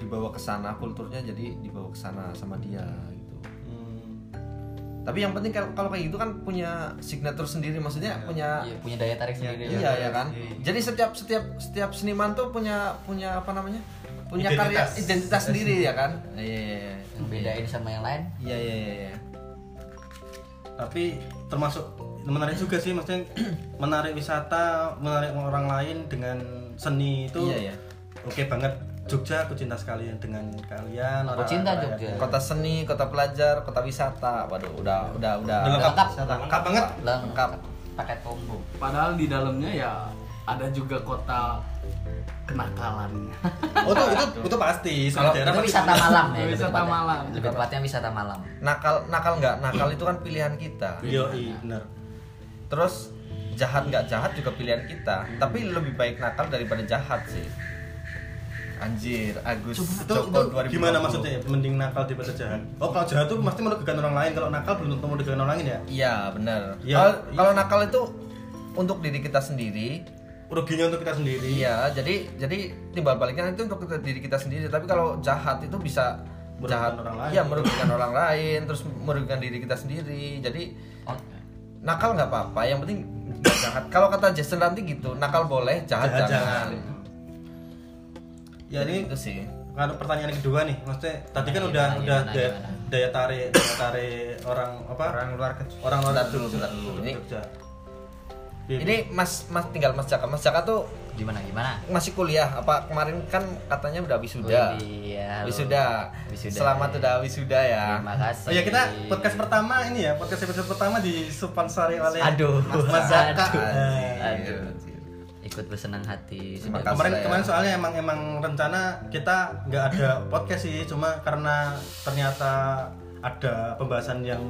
A: dibawa ke sana kulturnya jadi dibawa ke sana sama dia gitu
B: Hmm.
A: tapi yang penting kalau kalau kayak gitu kan punya signature sendiri maksudnya punya
D: Iya, punya daya tarik sendiri.
A: Iya ya kan. Jadi setiap setiap setiap seniman tuh punya punya apa namanya? Punya karya
E: Identitas.
A: identitas sendiri ya kan? Iya iya iya.
D: Yang bedain sama yang lain.
A: Iya iya iya, iya.
B: tapi termasuk menarik juga sih maksudnya menarik wisata menarik orang lain dengan seni itu
A: Iya, iya.
B: oke banget Jogja aku cinta sekali dengan kalian
D: Aku
B: orang-
D: cinta
B: orang-
D: Jogja.
A: Kota seni, kota pelajar, kota wisata. Waduh, udah udah udah.
B: Udah lengkap,
D: Lengkap.
B: lengkap banget
A: Lengkap.
D: Paket combo.
C: Padahal di dalamnya ya ada juga kota kenakalannya.
B: oh itu itu, itu pasti
A: Kalau
B: semua daerah
D: Itu
B: pasti
D: wisata
B: punya.
D: malam ya.
C: Wisata
D: lebih tepatnya.
C: malam.
D: Lebih tepatnya wisata malam.
A: Nakal nakal nggak nakal itu kan pilihan kita.
B: Yoi, bener
A: Terus jahat nggak jahat juga pilihan kita. Tapi lebih baik nakal daripada jahat sih. Anjir, Agus
B: itu, itu
A: Joko 2020.
B: gimana maksudnya mending nakal daripada jahat oh kalau jahat tuh pasti merugikan orang lain kalau nakal belum tentu merugikan orang lain ya
A: Iya benar.
B: Iya,
A: Kalau-
B: iya.
A: Kalau nakal itu untuk diri kita sendiri.
B: ruginya untuk kita sendiri
A: Iya, jadi jadi timbal baliknya itu untuk kita- diri kita sendiri. Tapi kalau jahat itu bisa
B: Merugikan
A: jahat,
B: orang lain.
A: iya merugikan orang lain, terus merugikan diri kita sendiri. Jadi
D: Oke.
A: nakal nggak apa-apa, yang penting nggak jahat. Kalau kata Jason nanti gitu, nakal boleh, jahat,
B: Jahat
A: jangan.
B: jangan. ya
A: Jadi
B: ini
A: itu sih.
B: Kalau pertanyaan kedua nih, maksudaya tadi kan
D: Gimana,
B: udah
D: gimana,
B: udah
D: gimana,
B: daya,
D: gimana?
B: daya tarik daya tarik orang apa
E: orang luar ke
B: orang luar
A: Bentar dulu, bentar dulu. Ini-
B: Jogja. Ini
A: Ini Mas Mas tinggal Mas Jaka. Mas Jaka tuh
D: Gimana gimana?
A: masih kuliah apa kemarin kan katanya udah wisuda.
D: Iya. halo.
A: Wisuda.
D: Wisuda.
A: Selamat udah wisuda ya.
D: Terima kasih.
B: Oh ya kita podcast pertama ini ya podcast episode pertama disponsori oleh
D: Aduh.
B: Mas Zaka.
D: Aduh.
A: Anjir.
D: Ikut bersenang hati.
A: Terima
D: sudah-
A: kasih.
B: Kemarin
A: saya.
B: kemarin soalnya emang emang rencana kita nggak ada podcast sih, cuma karena ternyata ada pembahasan yang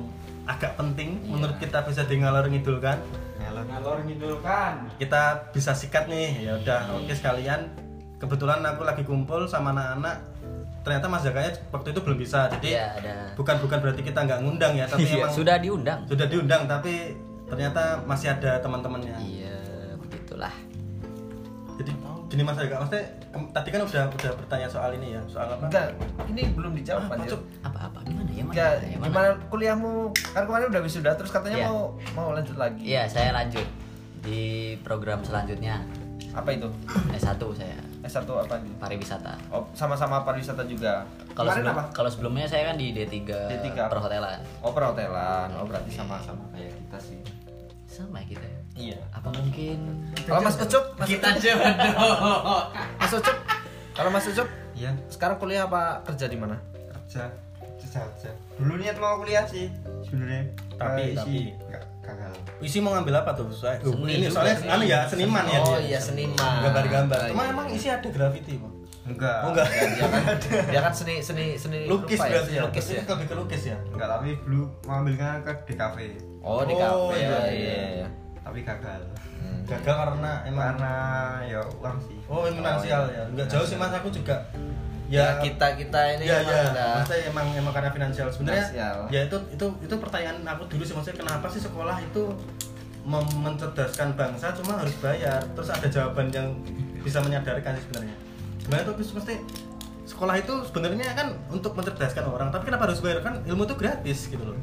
B: agak penting
D: Iya.
B: menurut kita bisa di ngalor ngidul kan.
E: ngalor
B: kita bisa sikat nih ya udah oke sekalian kebetulan aku lagi kumpul sama anak-anak ternyata Mas Zakanya waktu itu belum bisa
D: Iya,
B: jadi
D: ada.
B: bukan bukan berarti kita nggak ngundang ya tapi
D: Iya,
B: emang sudah.
D: Sudah diundang.
B: diundang tapi ternyata masih ada teman-temannya
D: Iya, begitulah.
B: jadi gini Mas Zaka maksudnya kem- tadi kan udah udah bertanya soal ini ya soal apa
A: Enggak, ini belum dijawab
B: Apa,
A: anjir.
B: Cuk?
D: Apa-apa gimana ya? Mana?
A: Enggak,
D: Ya, mana?
A: gimana kuliahmu? Kan kemarin udah wisuda terus katanya
D: Iya.
A: mau mau lanjut lagi.
D: Iya, saya lanjut di program selanjutnya
A: Apa itu?
D: S1 saya
A: S1 apa itu?
D: pariwisata.
A: Oh, sama-sama pariwisata juga.
D: Kalau
A: kemarin
D: sebelum,
A: apa?
D: kalau sebelumnya saya kan di D3,
A: D3.
D: perhotelan.
A: Oh, perhotelan. Oh, berarti
D: Iya.
A: sama-sama kayak kita sih.
D: Sama ya kita. ya?
A: Iya.
D: Apa mungkin
A: Kalau Mas Ucup, Mas
C: Kita jodoh.
A: Mas Ucup. Kalau Mas Ucup,
E: iya
A: sekarang kuliah apa kerja di mana?
E: kerja kerja kerja dulu niat mau kuliah sih sebenarnya
B: Tapi-
E: Eh,
B: tapi-
E: sih nggak gagal
B: isi mau ngambil apa tuh soalnya
D: Seni
B: ini
D: juga
B: soalnya
D: sih.
B: anu ya seniman ya
A: Oh,
B: dia.
A: iya seniman.
B: gambar-gambar
A: Oh,
B: cuma
A: iya.
B: emang isi ada graffiti Bang?
E: enggak
B: oh enggak
A: Dia kan, dia kan seni seni seni
B: lukis
A: rupa
B: berarti
A: seni
B: ya
A: Lukis ya.
B: lebih ke lukis ya
E: enggak tapi dulu mau ambilnya ke di kafe
A: Oh, di
B: Oh,
A: kafe.
B: iya,
A: Iya,
B: iya.
A: iya.
E: tapi gagal
B: gagal karena emang
E: karena ya uang sih
B: Oh, ini finansial ya. Enggak jauh sih Mas, aku juga.
A: Ya, kita kita ini
B: Ya,
A: emang
B: ya.
A: udah-
B: Maksudnya emang emang karena finansial sebenarnya.
A: Finansial.
B: Ya itu itu itu pertanyaan aku dulu sih maksudnya kenapa sih sekolah itu mem- mencerdaskan bangsa cuma harus bayar. Terus ada jawaban yang bisa menyadarkan sih sebenarnya. Sebenarnya itu mesti sekolah itu sebenarnya kan untuk mencerdaskan orang, tapi kenapa harus bayar kan ilmu itu gratis gitu loh.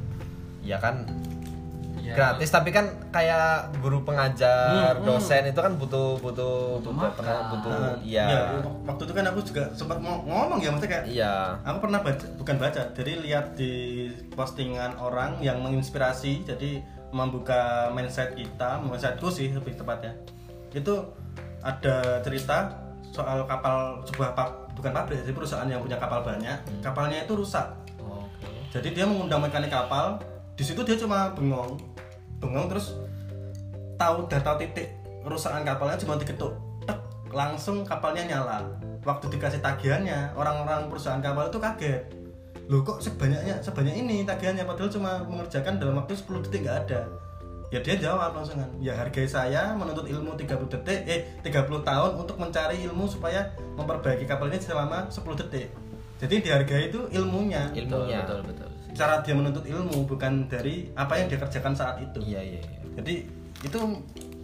A: ya kan gratis tapi kan kayak guru pengajar dosen itu kan butuh butuh butuh butuh, butuh
B: Nah,
A: iya
B: ya, waktu itu kan aku juga sempat mau ngomong ya maksudnya kayak
A: iya
B: Aku pernah baca, bukan baca, jadi lihat di postingan orang yang menginspirasi, jadi membuka mindset kita, mindsetku sih lebih tepatnya. Itu ada cerita soal kapal sebuah pap- bukan pabrik sih perusahaan yang punya kapal banyak kapalnya itu rusak jadi dia mengundang mekanik kapal di situ dia cuma bengong bengong terus tahu udah tahu titik rusakan kapalnya cuma diketuk Tek, langsung kapalnya nyala waktu dikasih tagihannya orang-orang perusahaan kapal itu kaget loh kok sebanyaknya sebanyak ini tagihannya padahal cuma mengerjakan dalam waktu 10 detik nggak ada ya dia jawab langsung kan ya hargai saya menuntut ilmu 30 detik eh 30 tahun untuk mencari ilmu supaya memperbaiki kapalnya selama 10 detik jadi dihargai itu ilmunya
A: ilmunya
D: betul betul
B: cara dia menuntut ilmu bukan dari apa yang dia kerjakan saat itu
A: iya iya iya
B: jadi itu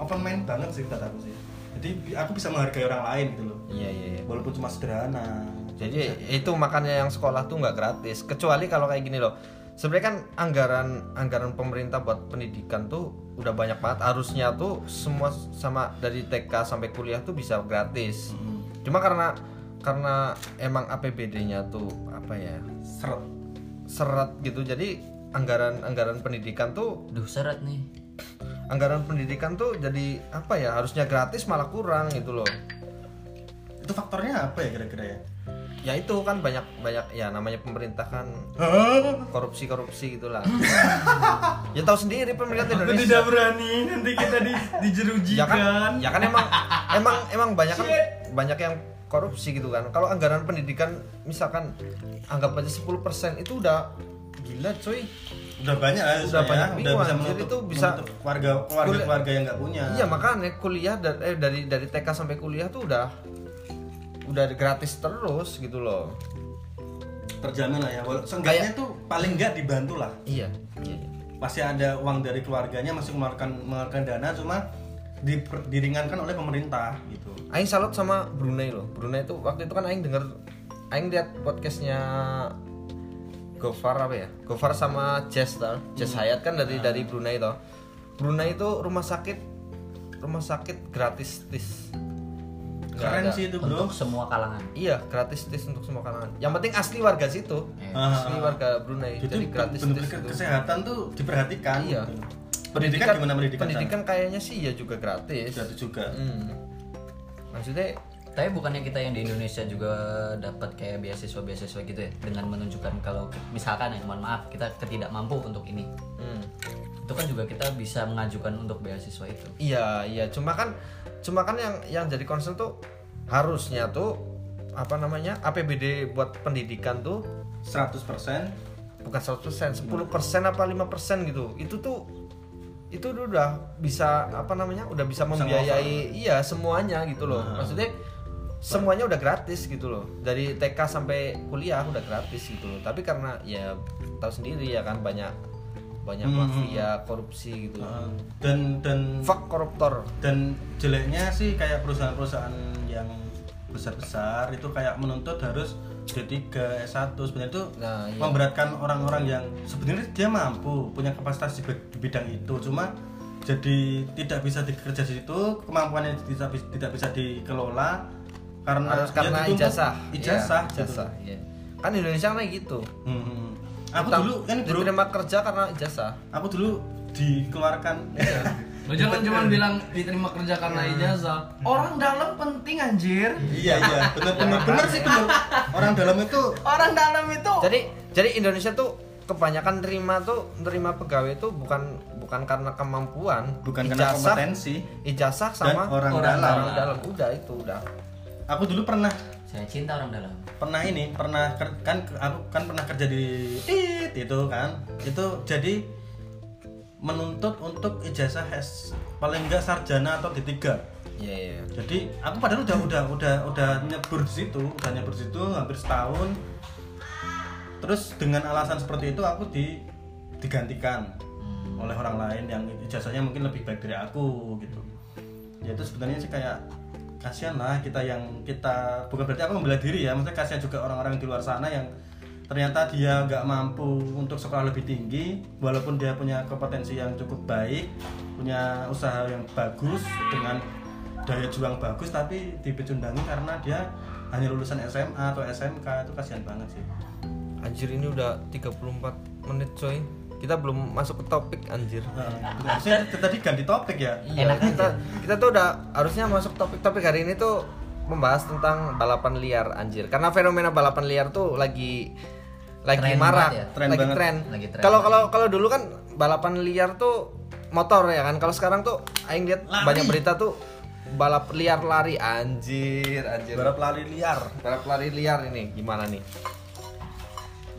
B: open mind banget sih kata aku sih jadi bi- aku bisa menghargai orang lain gitu loh
A: iya iya iya.
B: walaupun cuma sederhana
A: jadi itu makanya yang sekolah tuh nggak gratis kecuali kalau kayak gini loh sebenarnya kan anggaran anggaran pemerintah buat pendidikan tuh udah banyak banget harusnya tuh semua sama dari TK sampai kuliah tuh bisa gratis cuma karena karena emang APBD-nya tuh apa ya
B: seret
A: seret gitu jadi anggaran anggaran pendidikan tuh
D: duh seret nih
A: anggaran pendidikan tuh jadi apa ya harusnya gratis malah kurang gitu loh
B: itu faktornya apa ya kira-kira ya
A: ya itu kan banyak banyak ya namanya pemerintah kan korupsi korupsi gitulah ya tahu sendiri pemerintah Indonesia
B: berani nanti kita di, dijerujikan
A: ya kan ya kan emang emang emang banyak kan banyak yang korupsi gitu kan kalau anggaran pendidikan misalkan anggap aja 10% itu udah gila cuy
B: udah banyak lah
A: Udah
B: sebenarnya.
A: banyak
B: udah
A: bingung,
B: bisa
A: anjir.
B: menutup,
A: Itu bisa-
B: menutup keluarga keluarga
A: Kulit-
B: keluarga yang nggak punya
A: Iya makanya kuliah dari eh, dari dari TK sampai kuliah tuh udah udah gratis terus gitu loh.
B: terjamin lah ya walaupun seenggaknya tuh paling nggak dibantu lah
A: Iya. Iya. iya.
B: pasti ada uang dari keluarganya masih mengeluarkan mengeluarkan dana cuma diper- diringankan oleh pemerintah gitu
A: Aing salut sama Brunei loh. Brunei itu waktu itu kan Aing denger Aing lihat podcastnya Gofar apa ya? Gofar sama Chester, Jess
B: Hmm.
A: Hayat kan dari
B: Ah.
A: dari Brunei toh. Brunei itu rumah sakit rumah sakit gratis tis. Nggak
B: keren
A: ada-
B: sih itu bro
D: untuk semua kalangan
A: Iya, gratis tis untuk semua kalangan. Yang penting asli warga situ.
B: Ah.
A: Asli warga Brunei.
B: itu
A: Jadi gratis
B: bener-bener
A: tis
B: ke-
A: itu.
B: kesehatan tuh diperhatikan
A: Iya.
B: gitu. pendidikan, gimana pendidikan
A: pendidikan kayaknya sih ya juga gratis.
B: gratis juga
A: Hmm. Maksudnya
D: tapi bukannya kita yang di Indonesia juga dapat kayak beasiswa beasiswa gitu ya dengan menunjukkan kalau misalkan ya mohon maaf kita ketidakmampu untuk ini
A: hmm.
D: itu kan juga kita bisa mengajukan untuk beasiswa itu
A: Iya, iya. Cuma kan cuma kan yang yang jadi concern tuh harusnya tuh apa namanya? APBD buat pendidikan tuh
B: 100%
A: bukan 100%, 10% apa 5% gitu. Itu tuh itu tuh udah bisa apa namanya? Udah bisa membiayai iya semuanya gitu loh. Maksudnya semuanya udah gratis gitu loh. Dari TK sampai kuliah udah gratis gitu loh. Tapi karena ya tahu sendiri ya kan banyak banyak mafia korupsi gitu.
B: Uh, dan dan
A: Fuck koruptor.
B: dan jeleknya sih kayak perusahaan-perusahaan yang besar-besar itu kayak menuntut harus D3, S1 sebenarnya itu
A: Nah, iya.
B: memberatkan orang-orang yang sebenarnya dia mampu punya kapasitas di be- di bidang itu cuma jadi tidak bisa dikerja di situ kemampuannya tidak bisa tidak bisa dikelola karena
A: Kan harus
B: dia
A: karena
B: dituntut
A: ijazah
B: ijazah
A: Iya,
B: gitu.
A: ijazah iya. kan Indonesia kan kayak gitu
B: Hmm. aku
A: Hitam.
B: dulu kan bro
A: diterima kerja karena ijazah
B: aku dulu dikeluarkan iya.
C: Lo jangan cuma bilang diterima kerja karena ijazah. Orang dalam penting anjir.
B: iya iya benar benar benar sih benar orang dalam itu
C: Orang dalam itu
A: jadi jadi Indonesia tuh kebanyakan terima tuh terima pegawai tuh bukan bukan karena kemampuan
B: bukan karena kompetensi
A: ijazah
B: dan
A: sama
B: orang, dalam.
A: orang dalam udah itu udah
B: aku dulu pernah
D: saya cinta orang dalam
B: pernah ini pernah ker- kan aku kan pernah kerja di tit itu kan itu jadi menuntut untuk ijazah S paling enggak sarjana atau D3
A: iya iya
B: jadi aku padahal udah udah udah udah nyebur di situ udah nyebur di situ hampir setahun terus dengan alasan seperti itu aku di digantikan oleh orang lain yang ijazahnya mungkin lebih baik dari aku gitu ya itu sebenarnya sih kayak kasihan lah kita yang kita bukan berarti aku membela diri ya maksudnya kasihan juga orang-orang di luar sana yang ternyata dia nggak mampu untuk sekolah lebih tinggi walaupun dia punya kompetensi yang cukup baik punya usaha yang bagus dengan daya juang bagus tapi dipecundangi karena dia hanya lulusan SMA atau SMK itu kasihan banget sih
A: anjir ini udah 34 menit coy kita belum masuk ke topik anjir
B: Nah, harusnya tadi ganti topik ya
A: Iya, kita, kita tuh udah harusnya masuk topik-topik hari ini tuh membahas tentang balapan liar anjir. Karena fenomena balapan liar tuh lagi lagi
D: Tren
A: marak,
D: banget ya?
B: Tren
A: lagi
B: banget.
A: tren.
D: Lagi tren.
A: Kalau kalau kalau dulu kan balapan liar tuh motor ya kan. Kalau sekarang tuh aing lihat banyak berita tuh balap liar lari anjir, anjir.
B: balap lari liar
A: balap lari liar ini gimana nih?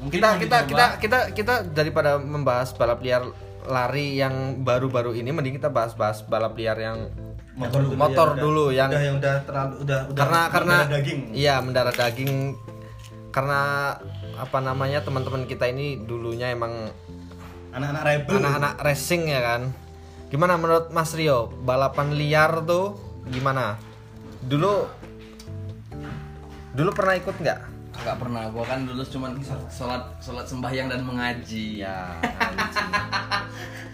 B: mungkin
A: kita
B: yang
A: Nah, kita kita
B: dicoba-
A: kita kita daripada membahas balap liar lari yang baru-baru ini mending kita bahas-bahas balap liar yang
B: motor dulu,
A: motor
B: yang iya, udah-
A: dulu yang
B: udah yang udah terlalu udah udah
A: karena
B: udah
A: karena
B: daging
A: iya mendarah daging karena apa namanya teman-teman kita ini dulunya emang
B: anak-anak rebel
A: anak-anak racing ya kan gimana menurut Mas Rio balapan liar tuh gimana dulu dulu pernah ikut nggak
C: Gak pernah, gua kan dulu cuman sholat sholat sembahyang dan mengaji ya.
A: ya anjing.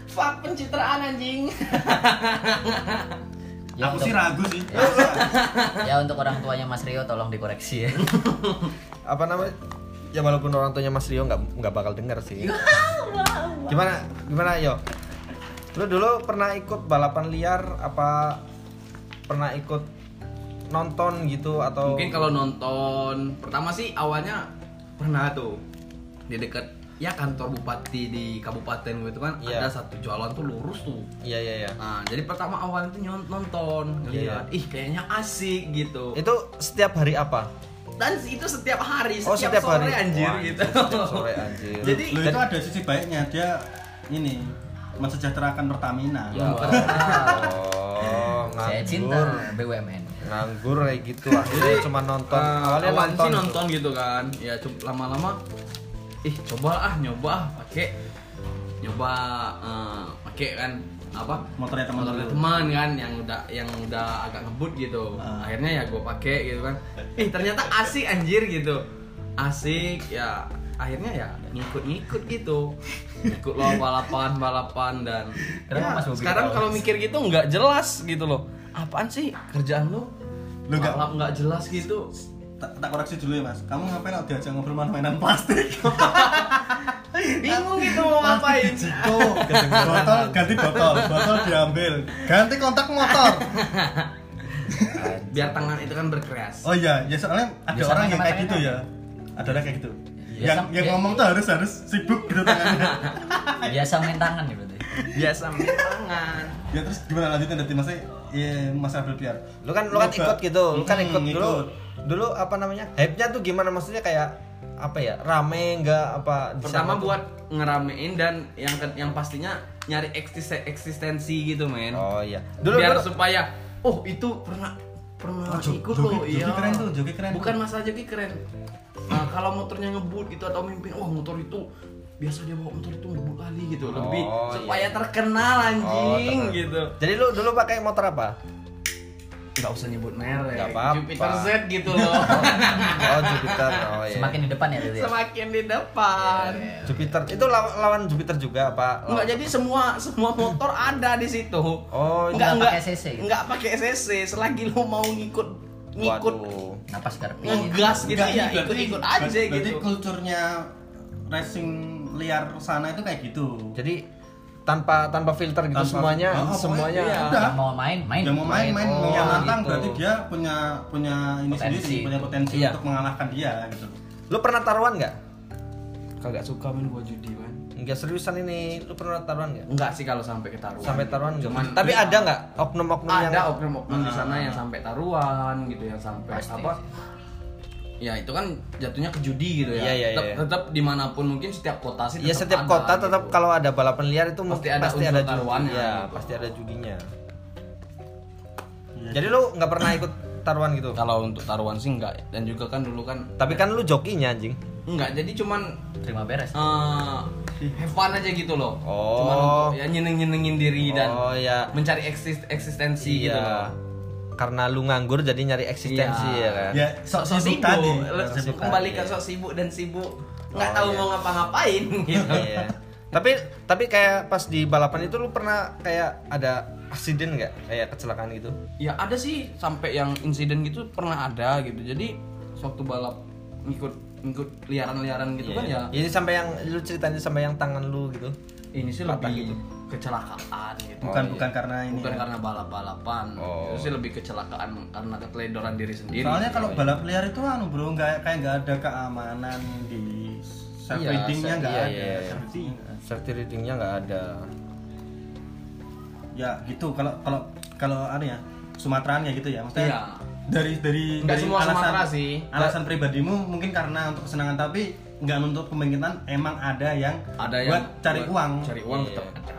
C: Fuck pencitraan anjing.
D: Ya,
B: aku
D: untuk-
B: sih ragu sih Iya.
D: ya untuk orang tuanya Mas Rio tolong dikoreksi ya.
A: apa namanya ya walaupun orang tuanya Mas Rio nggak nggak bakal denger sih gimana gimana yo lu dulu pernah ikut balapan liar apa pernah ikut nonton gitu atau
C: Mungkin kalau nonton pertama sih awalnya pernah tuh di dekat ya kantor bupati di kabupaten gue itu kan
A: Iya.
C: ada satu jalan tuh lurus tuh.
A: iya iya iya
C: Nah, jadi pertama awalnya tuh nyon- nonton,
A: Iya.
C: ngeliat, ih kayaknya asik gitu.
A: itu setiap hari apa
C: Dan itu setiap hari,
A: Oh,
C: setiap,
A: setiap hari.
C: sore anjir
A: Wah,
C: gitu.
A: setiap sore Ya, anjir
C: Jadi-
B: Lu itu ada sisi baiknya dia ini mensejahterakan Pertamina
A: oh
D: Saya cinta
A: nganggur
D: BUMN.
A: nganggur kayak gitu akhirnya cuma nonton
C: Eh,
A: awalnya nonton,
C: sih nonton gitu kan ya cu- lama-lama ih coba ah nyoba ah pakai nyoba eh, pakai kan apa
B: Motornya teman
C: motornya
B: dulu.
C: teman kan yang udah yang udah agak ngebut gitu
B: Ah.
C: akhirnya ya gue pakai gitu kan ih ternyata asik anjir gitu asik ya akhirnya ya ngikut-ngikut gitu ikut lo balapan balapan dan
D: Kenapa
C: ya,
D: Mas Bobi
C: sekarang
D: ketawa?
C: kalau mikir gitu nggak jelas gitu loh apaan sih kerjaan lo
B: Lu nggak-
C: balap nggak jelas gitu
B: tak, tak koreksi dulu ya mas kamu ngapain kalau diajak ngobrol mainan plastik
C: bingung gitu mau ngapain
B: oh botol ganti botol botol diambil ganti kontak motor
C: biar tangan itu kan berkreasi
B: oh iya ya soalnya ada
D: Ya, sama
B: orang yang kayak
D: sama tangan
B: gitu
D: kan?
B: ya ada orang kayak gitu
D: Ya,
B: yang
D: sama-
B: yang
D: ya.
B: ngomong tuh harus harus sibuk gitu tangannya
D: Biasa main tangan ya berarti.
C: biasa main tangan
B: ya terus gimana lanjutnya dari masnya iya mas Abdul Piar
A: lu kan lu kan
B: Lu
A: ikut
B: ba-
A: gitu lu kan
B: Hmm,
A: ikut dulu
B: ikut.
A: dulu apa namanya hype nya tuh gimana maksudnya kayak apa ya rame nggak apa di sana
C: pertama
A: tuh?
C: buat ngeramein dan yang ke- yang pastinya nyari eksisten- eksistensi gitu men
A: oh iya dulu
C: biar
A: dulu-
C: supaya oh itu pernah pernah
B: Oh, jo-
C: ikut
B: joki-
C: loh
B: joki
C: iya
B: keren tuh, joki keren
C: bukan
B: tuh.
C: masalah joki keren Nah, kalau motornya ngebut gitu atau mimpin wah motor itu biasa dia bawa motor itu ngebut kali gitu lebih
A: Oh,
C: supaya
A: iya.
C: terkenal
A: Oh,
C: anjing
A: terkenal.
C: gitu
A: jadi lu dulu pakai motor apa
C: nggak usah nyebut merek
A: Nggak apa-apa.
C: Jupiter Z gitu loh
A: oh Jupiter oh iya
D: Semakin di depan ya berarti. ya?
C: semakin di depan
A: Jupiter itu lawan, lawan Jupiter juga apa
C: Enggak jadi semua semua motor ada di situ.
A: Oh,
D: nggak
C: nggak-
D: pakai CC gitu?
C: Nggak pakai CC selagi lu mau ngikut ngikut
A: waduh
D: Napas karpi.
C: ngegas gitu
B: Oh, Enggak,
C: ya
B: ini berarti-
C: ikut-ikut aja
B: berarti
C: gitu.
B: kulturnya racing liar sana itu kayak gitu
A: jadi tanpa tanpa filter gitu
B: Tanpa-
A: semuanya
B: Oh, pokoknya
A: semuanya
B: iya.
D: Yang mau main main.
B: yang mau main-main
A: Oh,
B: yang nantang
A: gitu.
B: berarti dia punya punya ini
D: Potensi.
B: sendiri punya potensi
A: Iya.
B: untuk mengalahkan dia gitu
A: lu pernah taruhan nggak
C: Kagak suka main gua judi, man.
A: nggak seriusan ini lu pernah taruhan nggak
C: Enggak sih kalau sampai ke taruhan.
A: sampai taruhan nggak?
C: cuman
A: tapi ada nggak oknum-oknum yang Ah.
C: ada oknum-oknum di sana yang sampai taruhan gitu yang sampai
D: Pasti
C: apa ya itu kan jatuhnya ke judi gitu ya
A: Iya, iya,
C: tetap,
A: iya.
C: tetap dimanapun mungkin setiap kota sih
A: Ya setiap
C: ada
A: kota
C: gitu.
A: tetap kalau ada balapan liar itu pasti
C: Pasti ada
A: ada pasti
C: unsur
A: ada
C: taruhannya,
A: judi, ya,
C: gitu.
A: pasti ada judinya.
B: Iya.
A: Jadi lu nggak pernah ikut taruhan gitu.
C: kalau untuk taruhan sih enggak dan juga kan dulu kan
A: Tapi kan lu jokinya anjing.
C: enggak jadi cuman
D: Terima beres.
C: eh have fun aja gitu loh.
A: Oh.
C: Cuman untuk ya nyeneng-nyenengin diri dan
A: oh ya.
C: mencari eksis eksistensi gitu loh.
A: Iya. Karena lu nganggur jadi nyari eksistensi
C: Iya.
A: ya kan.
B: ya sok
C: Sok sibuk,
B: tadi
C: Lo-
A: sibuk
C: kembali
A: tadi,
C: ke
A: ya.
C: sok sibuk dan sibuk nggak
A: Oh,
C: tahu
A: iya.
C: mau ngapa-ngapain gitu.
A: Iya. Tapi tapi kayak pas di balapan itu lu pernah kayak ada aksiden nggak? Kayak kecelakaan gitu.
C: ya ada sih sampai yang insiden gitu pernah ada gitu. Jadi waktu balap ngikut ngikut liaran-liaran gitu kan ya.
A: Iya. Jadi sampai yang lu ceritain sampai yang tangan lu gitu.
D: ini sih
A: Patah gitu.
D: lebih kecelakaan gitu.
B: bukan
A: Oh, iya.
B: bukan karena ini
C: bukan
B: ya.
C: karena balap-balapan
A: Oh.
C: itu sih lebih kecelakaan karena keteledoran diri sendiri
B: soalnya
C: sih.
B: kalau balap liar itu anu bro nggak kayak nggak ada keamanan di self
A: Iya,
B: readingnya
A: se-
B: nggak
A: iya,
B: ada
A: iya, iya.
B: self reading nggak ada.
A: safety readingnya nggak ada
B: ya gitu kalau kalau kalau anu ya Sumateraan kayak gitu ya maksudnya
C: Iya.
B: dari dari
C: Nggak
B: dari
C: semua
B: alasan
C: Sumatera sih.
B: alasan pribadimu mungkin karena untuk kesenangan tapi nggak menutup kemungkinan emang ada yang
C: ada yang
B: buat cari
C: buat
B: uang
C: cari uang
A: Iya.
C: tetap ada.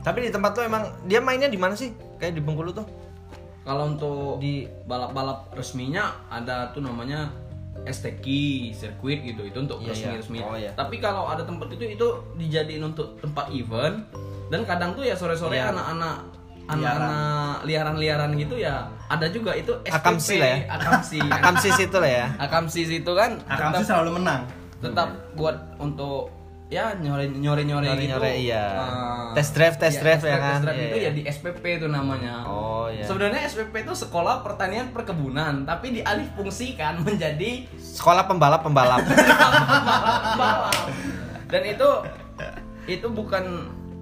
A: tapi di tempat lo emang dia mainnya di mana sih kayak di Bengkulu tuh
C: kalau untuk di balap-balap resminya ada tuh namanya STQ sirkuit gitu itu untuk
A: Iya,
C: resmi
A: iya.
C: resmi
A: Oh, iya.
C: tapi kalau ada tempat itu itu dijadiin untuk tempat event dan kadang tuh ya sore-sore
A: Iya.
C: anak-anak anak-anak liaran-liaran gitu ya ada juga itu STP,
A: Akamsi lah ya.
C: akamsi
A: Akamsi situ lah ya
C: akamsi situ kan
B: Akamsi
C: tetap-
B: selalu menang
C: tetap
A: Iya.
C: buat untuk ya nyore nyore nyore
A: Nyore-
C: gitu.
A: nyore, iya.
C: Ah,
A: Test drive, test
C: iya,
A: drive ya kan?
C: test drive
A: Iya,
C: itu
A: iya.
C: ya di SPP itu namanya
A: Oh, iya.
C: sebenarnya SPP itu sekolah pertanian perkebunan tapi dialih fungsikan menjadi
A: sekolah pembalap pembalap
C: balap dan itu itu bukan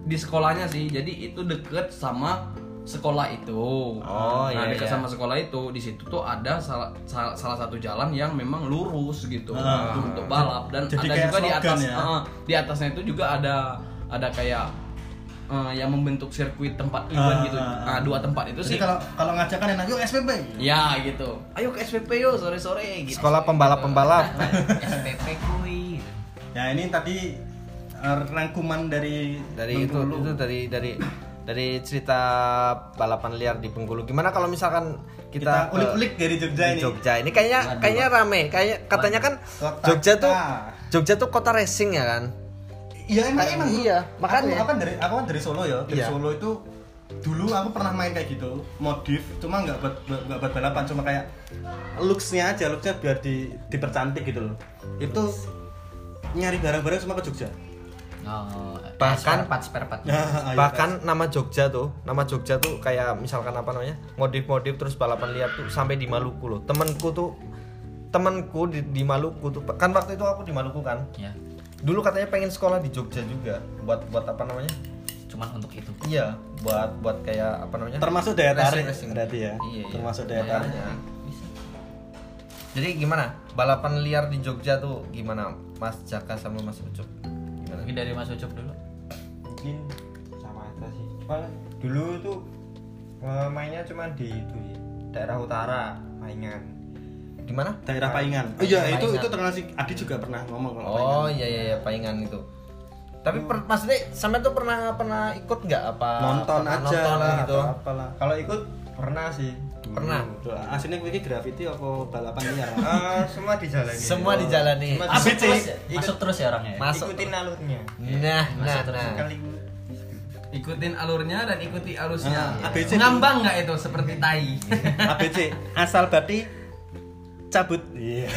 C: di sekolahnya sih jadi itu deket sama sekolah itu
A: Oh,
C: nah,
A: iya,
C: deket
A: iya.
C: sama sekolah itu di situ tuh ada salah, salah, salah satu jalan yang memang lurus gitu
B: Ah.
C: untuk, untuk balap dan
B: Jadi
C: ada
B: kayak
C: juga di
B: slogan
C: atas
B: ya?
C: eh, di atasnya itu juga ada ada kayak eh, yang membentuk sirkuit tempat event
B: Ah.
C: gitu nah, dua tempat itu
B: jadi
C: sih
B: kalau kalau ngajakan enak yuk SPB
C: ya gitu ayo ke SPP yuk sore sore gitu
A: sekolah pembalap pembalap
D: SPP kui.
B: ya ini tadi eh, rangkuman dari
A: dari itu
B: Bengkulu.
A: itu dari dari dari cerita balapan liar di Bengkulu gimana kalau misalkan kita,
B: kita ulik-ulik dari Jogja
A: di
B: ini
A: Jogja ini kayaknya kayaknya rame kayaknya katanya kan
B: Kota-
A: Jogja tuh
B: Ah.
A: Jogja tuh kota racing ya kan
B: Iya emang
A: Kayak-
B: emang.
A: iya, makanya.
B: Aku, aku kan dari aku kan dari Solo ya. Dari
A: Iya.
B: Solo itu dulu aku pernah main kayak gitu, modif, cuma nggak buat buat- nggak buat balapan, cuma kayak looksnya aja, looksnya biar di dipercantik gitu loh. Itu nyari barang-barang cuma ke Jogja.
D: Oh, eh,
A: Bahkan-
D: spare part spare part.
B: Nah, ayo,
A: bahkan nama Jogja tuh nama Jogja tuh kayak misalkan apa namanya modif-modif terus balapan liar tuh sampai di Maluku loh temenku tuh temenku di, di Maluku tuh kan waktu itu aku di Maluku kan
D: Ya,
A: dulu katanya pengen sekolah di Jogja juga buat buat apa namanya
D: cuman untuk itu.
A: iya buat buat kayak apa namanya
B: termasuk daya
A: Racing,
B: tarik
A: racing.
B: berarti ya.
A: Iya, iya.
B: Termasuk daya tarik.
D: Bisa.
A: Jadi gimana? Balapan liar di Jogja tuh gimana? Mas Jaka sama Mas Ucup gimana?
D: Mungkin dari Mas Ucup dulu.
E: mungkin sama aja sih cuma dulu tuh eh, mainnya cuma di itu ya, daerah utara mainan
A: Di mana?
B: Daerah Paingan. Oh iya, itu itu terkenal sih. Adi juga pernah ngomong kalau
A: Oh iya iya iya paingan itu. Tapi per, maksudnya sampe tuh pernah pernah ikut nggak apa
B: gitu. nonton
A: pernah
B: aja
A: nonton
B: lah
A: gitu?
B: atau apalah.
E: kalau ikut pernah sih
A: Pernah.
B: Aslinya gue ini graffiti apa balapan liar?
E: Eh, semua dijalani
B: Iya.
A: Semua dijalani.
E: Cuma
A: Masuk
E: ikut-
A: terus
E: ikut-
D: Masuk terus ya orangnya.
A: Mas- Masuk.
E: ikutin alurnya
B: iya,
A: Nah, nah,
D: Masuk terus.
A: nah.
B: kan.
E: kali
C: ikutin alurnya dan ikuti
B: Ah,
C: arusnya Gitu.
B: ABC.
C: Iya. ngambang nggak itu seperti tai
B: ABC asal berarti cabut iya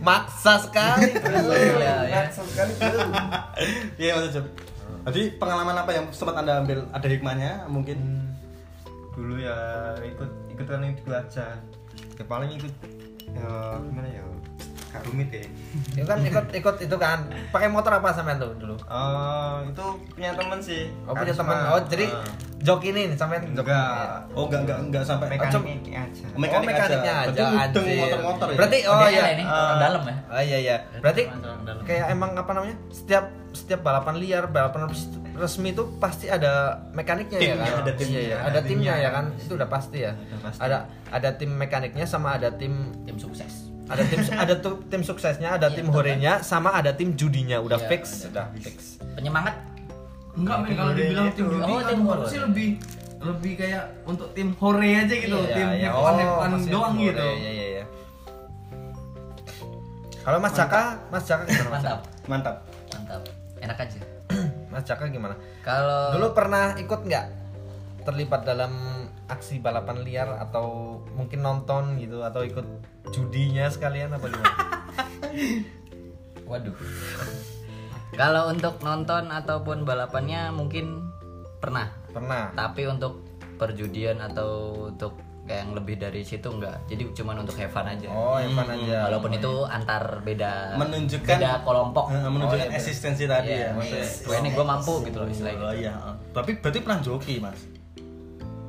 A: Maksa sekali.
D: Iya, ya.
B: iya maksud jadi pengalaman apa yang sempat anda ambil ada hikmahnya mungkin
E: Hmm, dulu ya ikut ikutan itu aja ya paling ikut ya gimana ya gak rumit ya
A: itu kan ikut ikut itu kan. Pakai motor apa sampe tuh dulu?
E: Eh, itu punya temen sih
A: Oh punya
E: Karisma.
A: teman. Oh jadi
E: Eh,
A: joki ini sampe
E: enggak
B: oh Ah. enggak enggak enggak sampai
E: mekanik aja
A: Mekanik Hmm. oh, mekaniknya aja,
B: berarti ngudeng
A: anjir.
B: motor-motor ya
A: Berarti oh
D: Dia
A: iya.
D: ini orang dalam ya.
A: Oh iya iya. Berarti
D: Orang dalam.
A: kayak emang apa namanya? Setiap setiap balapan liar, balapan res- resmi itu pasti ada mekaniknya ya
B: Timnya,
A: kan?
B: ada timnya.
A: Iya, iya.
E: Ada
A: Ada timnya
E: timnya.
A: ya kan? Itu udah pasti ya.
E: Udah pasti.
A: Ada ada tim mekaniknya sama ada tim
D: Tim sukses.
A: ada tim ada tu- tim suksesnya, ada
D: Iya,
A: tim
D: betul,
A: horenya, sama ada tim judinya udah
D: Iya,
A: fix, udah
D: ada.
A: fix.
D: Penyemangat.
C: Enggak men kalau dibilang tim judi
D: Oh,
C: oh,
D: tim hore.
C: sih lebih lebih kayak untuk tim hore aja gitu,
D: Iya,
C: tim
A: Iya, iya. Oh,
C: hepan hepan
A: maksudnya
C: doang
A: tim
C: gitu.
A: hore, Iya iya iya. Kalau Mas Jaka, Mas Jaka gimana? Mas Jaka?
D: Mantap.
B: mantap
D: Mantap. Enak aja.
A: Mas Jaka gimana?
D: Kalau
A: Dulu pernah ikut nggak terlibat dalam aksi balapan liar atau mungkin nonton gitu atau ikut judinya sekalian apa gimana?
D: Waduh. Kalau untuk nonton ataupun balapannya mungkin pernah,
A: Pernah.
D: tapi untuk perjudian atau untuk kayak yang lebih dari situ nggak jadi cuman untuk have fun aja
A: Oh, have fun
D: Hmm,
A: aja.
D: walaupun itu antar beda
B: Menunjukkan-
D: beda kelompok
B: Eh, menunjukkan
A: Oh, iya,
B: eksistensi tadi
D: Iya,
B: ya maksudnya
D: yes. Wah, ini gue mampu gitu loh istilahnya
B: oh iya eh. tapi berarti pernah joki mas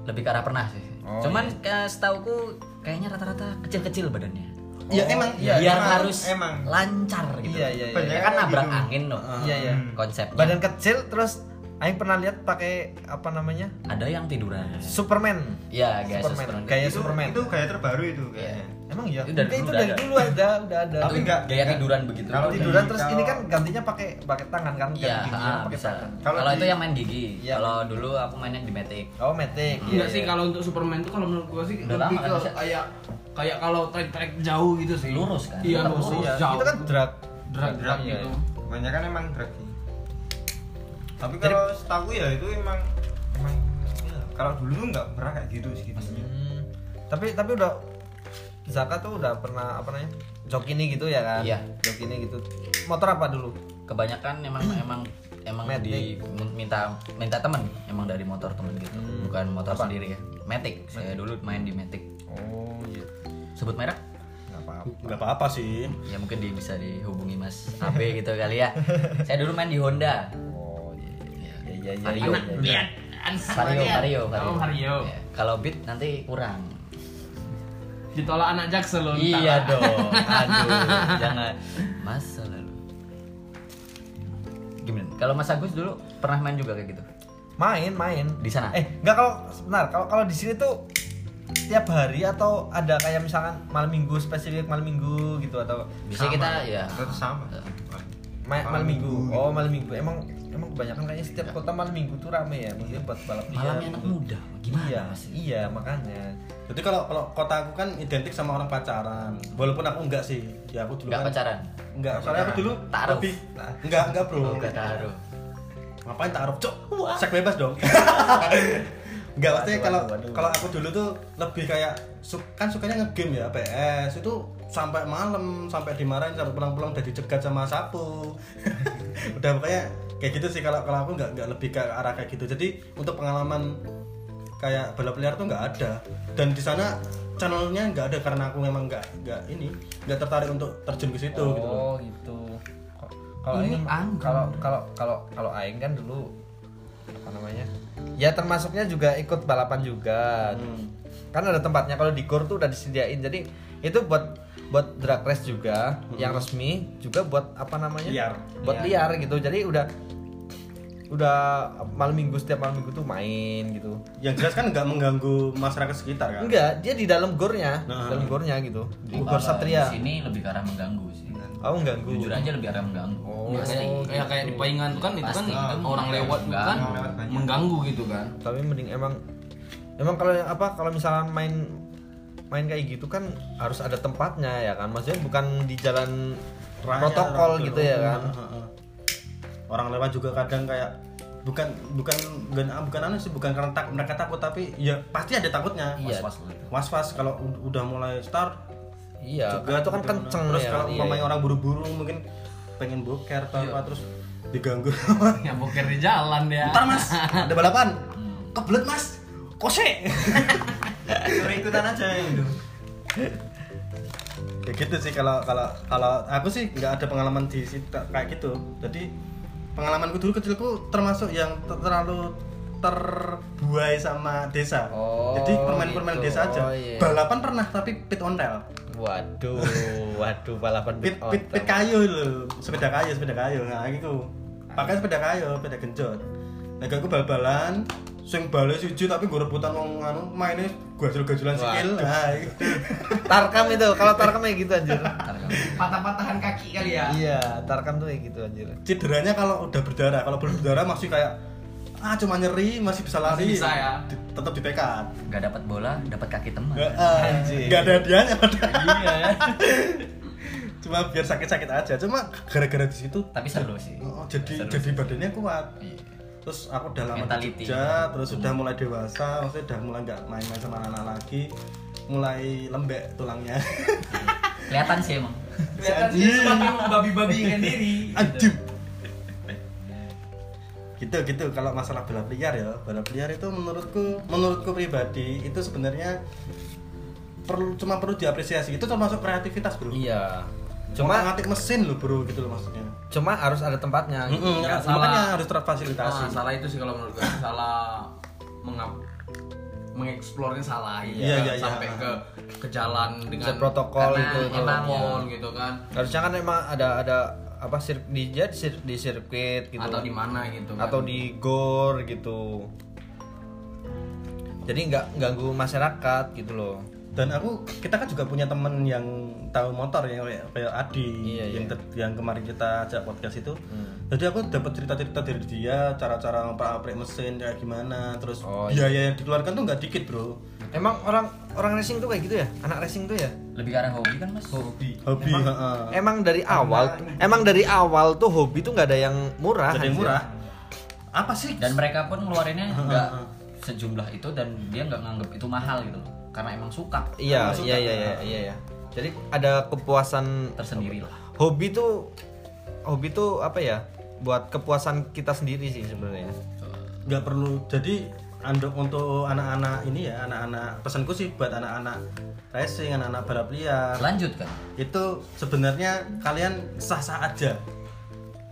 D: lebih ke arah pernah sih
A: Oh,
D: cuman ke- setauku kayaknya rata-rata kecil-kecil badannya
B: ya emang
A: iya,
D: biar
A: emang,
D: harus
E: emang.
D: lancar gitu
A: Iya, iya, iya.
D: Banyak kan nabrak
E: gitu.
D: angin loh
A: Iya, iya.
D: konsepnya
A: Badan kecil terus aing pernah lihat pakai apa namanya?
D: ada yang tiduran
A: Superman.
D: ya guys
A: Superman.
D: Superman
A: Gaya
E: itu,
A: Superman.
E: itu gaya terbaru itu kayaknya
A: Emang iya.
D: Itu dari
A: Mungkin itu
D: dulu udah
A: dari
D: ada.
A: dulu ada, udah ada.
E: Tapi enggak
D: gaya tiduran begitu
E: Kalau
D: Itu-
A: tiduran
E: Jadi,
A: terus
E: kalau-
A: ini kan gantinya pakai pakai tangan kan
D: Iya,
A: ganti giginya
D: ah,
A: pakai
D: bisa.
A: tangan.
E: Kalau
D: Kalau
E: di-
D: itu yang main gigi.
A: Iya,
D: Kalau dulu aku mainnya di Matic.
A: Oh, metik.
C: Enggak Iya, sih kalau untuk Superman itu kalau menurut gua sih
D: Udah
C: lebih
D: lama kan
C: ke
D: bisa.
C: kayak kayak kalau trek-trek jauh gitu sih.
D: Lurus kan?
C: Iya,
D: Tetap
C: lurus,
D: lurus.
C: jauh.
A: Itu kan drag.
C: drag-drag
A: Iya,
C: gitu.
A: iya.
E: kebanyakan kan emang drag sih tapi kalau setahu ya itu emang emang ya, kalau dulu tuh nggak pernah kayak gitu sih
A: Hmm, Tapi tapi udah Zaka tuh udah pernah apa namanya? Jokini gitu ya kan?
D: Iya.
A: Jokini gitu. Motor apa dulu?
D: Kebanyakan emang emang emang
A: Hmm. Matic.
D: di minta minta teman emang dari motor temen gitu
A: Hmm.
D: bukan motor
A: Apa?
D: sendiri ya Matic saya dulu main di Matic
A: Oh, iya.
D: sebut merek
A: Enggak apa-apa.
B: nggak apa-apa sih
D: ya mungkin di, bisa dihubungi Mas AB gitu kali ya saya dulu main di Honda Ya,
A: Oh, iya. Iya, iya, iya.
D: Vario
A: iya,
C: Anak
A: iya.
C: lihat anak
D: Vario
C: lihat.
D: Vario
C: Oh, Vario.
D: Ya, kalau Beat nanti kurang
C: Ditolak anak jaksel loh. ntar.
D: iya dong aduh jangan masa lalu gimana kalau Mas Agus dulu pernah main juga kayak gitu
A: Main, main.
D: di sana
A: Eh, enggak kalau sebentar, kalau kalau di sini tuh tiap hari atau ada kayak misalkan malam minggu spesifik malam minggu gitu atau
D: bisa kita ya
E: tetap sama
A: ma- malam,
E: Malam
A: minggu.
E: minggu.
A: Oh, malam minggu. Iya. Emang emang kebanyakan kayaknya setiap kota malam minggu tuh rame ya, mungkin buat balap
D: malamnya
A: liar
D: anak
A: gitu.
D: muda gimana
A: Iya,
D: Mas?
A: iya makanya.
B: jadi kalau kalau kota aku kan identik sama orang pacaran walaupun aku enggak sih ya aku dulu
D: nggak
B: kan
D: pacaran
B: enggak
A: Nah,
B: soalnya aku dulu
D: Taruh.
B: lebih Nah, enggak enggak bro
A: Oh,
D: nggak taruh
B: ngapain taruh cok sek bebas dong Enggak maksudnya
A: Waduh,
B: kalau
A: waduh, waduh.
B: kalau aku dulu tuh lebih kayak su- kan sukanya ngegame ya PS itu sampai malam sampai dimarahin sampai pulang-pulang udah dicegat sama sapu udah pokoknya kayak gitu sih kalau kalau aku nggak nggak lebih ke arah kayak gitu jadi untuk pengalaman kayak balap liar tuh nggak ada dan di sana channelnya nggak ada karena aku memang nggak nggak ini nggak tertarik untuk terjun ke situ gitu
A: Oh,
B: loh
A: gitu. Ko- Kalau
D: Ini
A: Aing-
D: anggun.
A: kalau kalau kalau kalau aing kan dulu apa namanya? Ya termasuknya juga ikut balapan juga.
B: Hmm.
A: Kan ada tempatnya kalau di gor tuh udah disediain. Jadi itu buat buat drag race juga yang resmi juga buat apa namanya?
B: Hmm. Liar.
A: Buat liar gitu. Jadi udah udah malam minggu setiap malam minggu tuh main gitu.
B: yang jelas kan nggak mengganggu masyarakat sekitar kan
A: Enggak, dia di dalam gornya,
B: Nah.
A: dalam gornya gitu. Di
D: Kalau
A: gor Satria.
D: di sini lebih ke arah mengganggu sih
A: Aku ganggu.
D: jujur aja lebih arah mengganggu
A: Oh,
C: Iya sih. Kayak kayak di paingan tuh kan itu kan
D: Pasti.
C: orang lewat tuh
D: Enggak,
C: kan
E: orang lewat banyak.
C: mengganggu gitu kan.
A: tapi mending emang emang kalau yang apa kalau misalnya main main kayak gitu kan harus ada tempatnya ya kan maksudnya bukan di jalan
B: Raya,
A: protokol
B: orang
A: gitu
B: turun.
A: ya kan
B: Heeh. orang lewat juga kadang kayak bukan bukan bukan bukan anu sih bukan karena tak, mereka takut tapi ya pasti ada takutnya
A: Iya.
B: was was was kalau u- udah mulai start
A: iya
B: juga
A: itu kan
B: gimana.
A: kenceng
B: terus
A: ya
B: kalau
A: kan? Iya,
B: umpamanya
A: iya.
B: orang buru-buru mungkin pengen boker atau apa terus diganggu
C: Ya boker di jalan ya.
B: ntar mas ada balapan kebelet mas kose
E: Suruh ikutan aja itu
B: ya gitu sih kalau kalau kalau aku sih nggak ada pengalaman di situ kayak gitu jadi pengalamanku dulu kecilku termasuk yang ter- terlalu terbuai sama desa
A: Oh,
B: jadi permain-permain
A: gitu.
B: desa aja
A: Oh, iya.
B: balapan pernah tapi pit ontel
A: waduh waduh balapan
B: pit
A: on
B: pit,
A: top.
B: pit kayu loh sepeda kayu sepeda kayu nah gitu pakai sepeda kayu sepeda genjot nah aku bal-balan swing balai siji tapi gue rebutan wong anu mainnya gajul-gajulan sikil nah gitu.
A: tarkam itu kalau tarkam kayak gitu anjir
C: Patah-patahan kaki kali ya.
A: iya tarkam tuh kayak gitu anjir
B: cederanya kalau udah berdarah kalau belum berdarah masih kayak ah cuma nyeri masih bisa lari
C: Masih bisa ya.
B: Di- tetap ditekan
D: nggak dapat bola dapat kaki teman
B: nggak ah,
A: Anjing.
B: nggak ada hadiahnya iya cuma biar sakit-sakit aja cuma gara-gara di situ
D: tapi seru sih
B: oh, jadi
D: Seru
B: jadi
D: sih.
B: badannya kuat
D: Iya.
B: terus aku udah lama di
D: Mentality.
B: Jogja terus sudah mulai dewasa maksudnya udah mulai nggak main-main sama anak-anak lagi mulai lembek tulangnya
D: kelihatan sih emang
C: Kelihatan sih semakin membabi-babikan diri.
B: anjing gitu gitu kalau masalah balap liar ya balap liar itu menurutku menurutku pribadi itu sebenarnya perlu cuma perlu diapresiasi itu termasuk kreativitas bro
A: Iya.
B: cuma
A: Cuma
B: ngatik mesin lo bro gitu loh maksudnya
A: cuma harus ada tempatnya. gitu.
B: Mm-mm,
C: nggak
B: makanya
C: salah.
B: harus terfasilitasi
C: Ah, salah itu sih kalau menurut gue salah mengap mengeksplornya salah ya
B: Iya,
C: kan?
B: iya, iya.
C: sampai ke ke jalan dengan
A: Bisa protokol
C: karena
A: itu, itu.
C: protokol gitu kan
A: Harusnya kan emang ada ada apa sir, di dia di, sir- di sirkuit gitu.
C: atau di mana gitu kan.
A: atau di gor gitu. Jadi nggak ganggu masyarakat gitu loh.
B: dan aku kita kan juga punya temen yang tahu motor yang kayak, kayak Adi
A: Iya,
B: yang
A: iya.
B: ter- yang kemarin kita ajak podcast itu
A: Hmm.
B: jadi aku dapat cerita-cerita dari dia cara-cara ngeprak-ngeprik mesin kayak gimana terus
A: Oh, iya.
B: biaya yang dikeluarkan tuh nggak dikit bro
A: Emang orang orang racing tuh kayak gitu ya? Anak racing tuh ya?
D: Lebih ke arah hobi kan mas?
E: hobi
B: hobi
A: Emang,
B: heeh.
A: emang dari awal, emang dari awal tuh hobi tuh nggak ada yang murah.
B: jadi yang
A: anjir.
B: murah apa sih
D: Dan mereka pun ngeluarinnya nggak sejumlah itu dan dia nggak nganggap itu mahal gitu loh. Karena emang suka
A: Iya,
B: Masuk
A: iya,
B: kan?
A: iya, iya, iya, iya. Jadi ada kepuasan
D: tersendiri lah.
A: hobi tuh hobi tuh apa ya? Buat kepuasan kita sendiri sih sebenarnya.
B: nggak perlu jadi andok untuk anak-anak ini ya anak-anak pesanku sih buat anak-anak racing anak-anak balap liar
D: Lanjut kan?
B: itu sebenarnya kalian sah-sah aja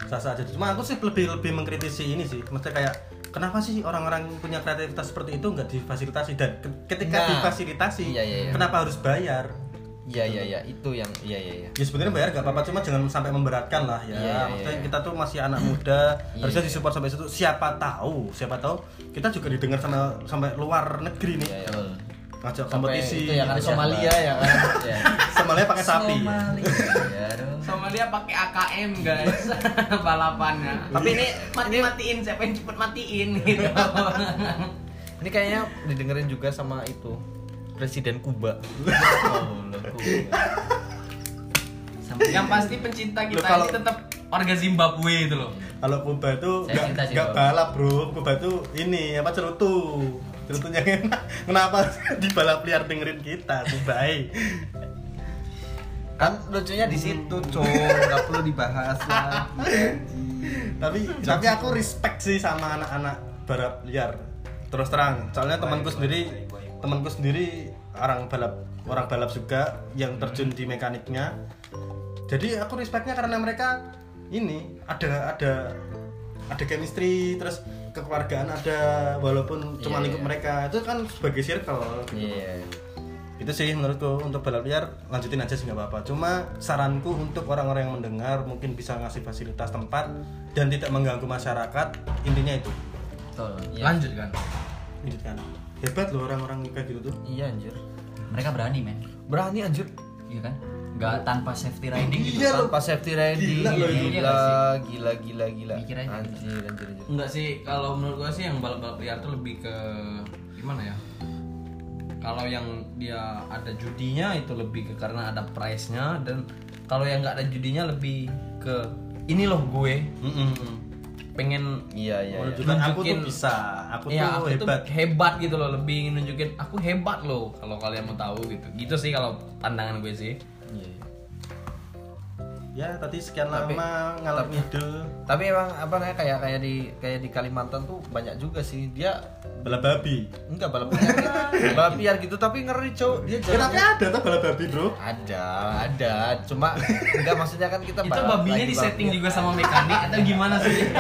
B: sah-sah aja cuma aku sih lebih lebih mengkritisi ini sih maksudnya kayak kenapa sih orang-orang yang punya kreativitas seperti itu nggak difasilitasi dan ke- ketika
A: Nah,
B: difasilitasi
A: iya, iya, iya.
B: kenapa harus bayar
A: Iya, iya, iya, itu yang iya, iya, iya.
B: ya sebenarnya bayar nggak apa-apa cuma jangan sampai memberatkan lah
A: Iya,
B: ya
A: iya,
B: maksudnya
A: iya.
B: kita tuh masih anak muda harusnya disupport sampai situ siapa tahu siapa tahu kita juga didengar sama sampai luar negeri
A: Iya,
B: nih ngajak kompetisi
D: itu ya kan Somalia ya kan? Iya.
B: Somalia pakai sapi
D: Somalia, aduh.
C: sama dia pakai AKM guys balapannya
A: Tapi ini
C: mati matiin siapa yang cepet matiin gitu
A: ini kayaknya didengerin juga sama itu Presiden Kuba.
C: yang pasti pencinta
B: Loh,
C: kita
B: kalau-
C: ini tetap warga Zimbabwe itu loh
B: kalau Kuba itu
D: Saya
B: nggak
D: cinta sih,
B: nggak
D: Bro.
B: balap bro Kuba itu ini apa cerutu cerutunya enak kenapa di balap liar dengerin kita tuh baik
A: Kan lucunya di situ, Cok. Enggak perlu dibahas lah.
B: tapi tapi aku respect sih sama anak-anak balap liar terus terang soalnya temanku sendiri temanku sendiri orang balap orang balap juga yang terjun di mekaniknya jadi aku respectnya karena mereka ini ada ada ada chemistry terus kekeluargaan ada walaupun cuma
A: Iya,
B: lingkup
A: iya.
B: mereka itu kan sebagai circle gitu.
A: Iya.
B: itu sih menurutku untuk balap liar lanjutin aja sih nggak apa-apa cuma saranku untuk orang-orang yang mendengar mungkin bisa ngasih fasilitas tempat dan tidak mengganggu masyarakat intinya itu
D: Betul. Iya.
C: lanjut kan
B: lanjutkan hebat loh orang-orang kayak gitu tuh
A: Iya anjir.
D: Mereka berani men,
A: Berani anjir.
D: iya kan? Nggak tanpa safety riding gitu.
B: Iya, loh.
A: Tanpa safety ready.
B: Gila loh
D: itu.
A: gila, gila, gila, gila.
D: Mikir aja.
A: Anjir, anjir, anjir.
C: Enggak sih, kalau menurut gua sih yang balap-balap liar tuh lebih ke gimana ya? Kalau yang dia ada judinya itu lebih ke karena ada prize-nya dan kalau yang nggak ada judinya lebih ke ini loh gue pengen
A: Iya, iya, iya.
B: menunjukkan aku tuh
C: Nunjukin-
B: bisa aku tuh
C: ya aku
B: hebat
C: tuh hebat gitu loh, lebih ingin nunjukin aku hebat loh kalau kalian mau tahu gitu. Gitu sih kalau pandangan gue sih.
A: Iya,
B: ya tadi sekian
A: Tapi-
B: lama ngalor ngidul
A: tapi emang apa namanya kayak kayak di kayak di Kalimantan tuh banyak juga sih dia
B: balap babi
A: enggak balap liar balap liar gitu tapi ngeri cowok dia
B: kenapa
A: jalannya-
B: ada tuh balap babi bro
A: ada ada cuma enggak maksudnya kan kita
C: Itu babinya di setting juga sama mekanik atau gimana sih?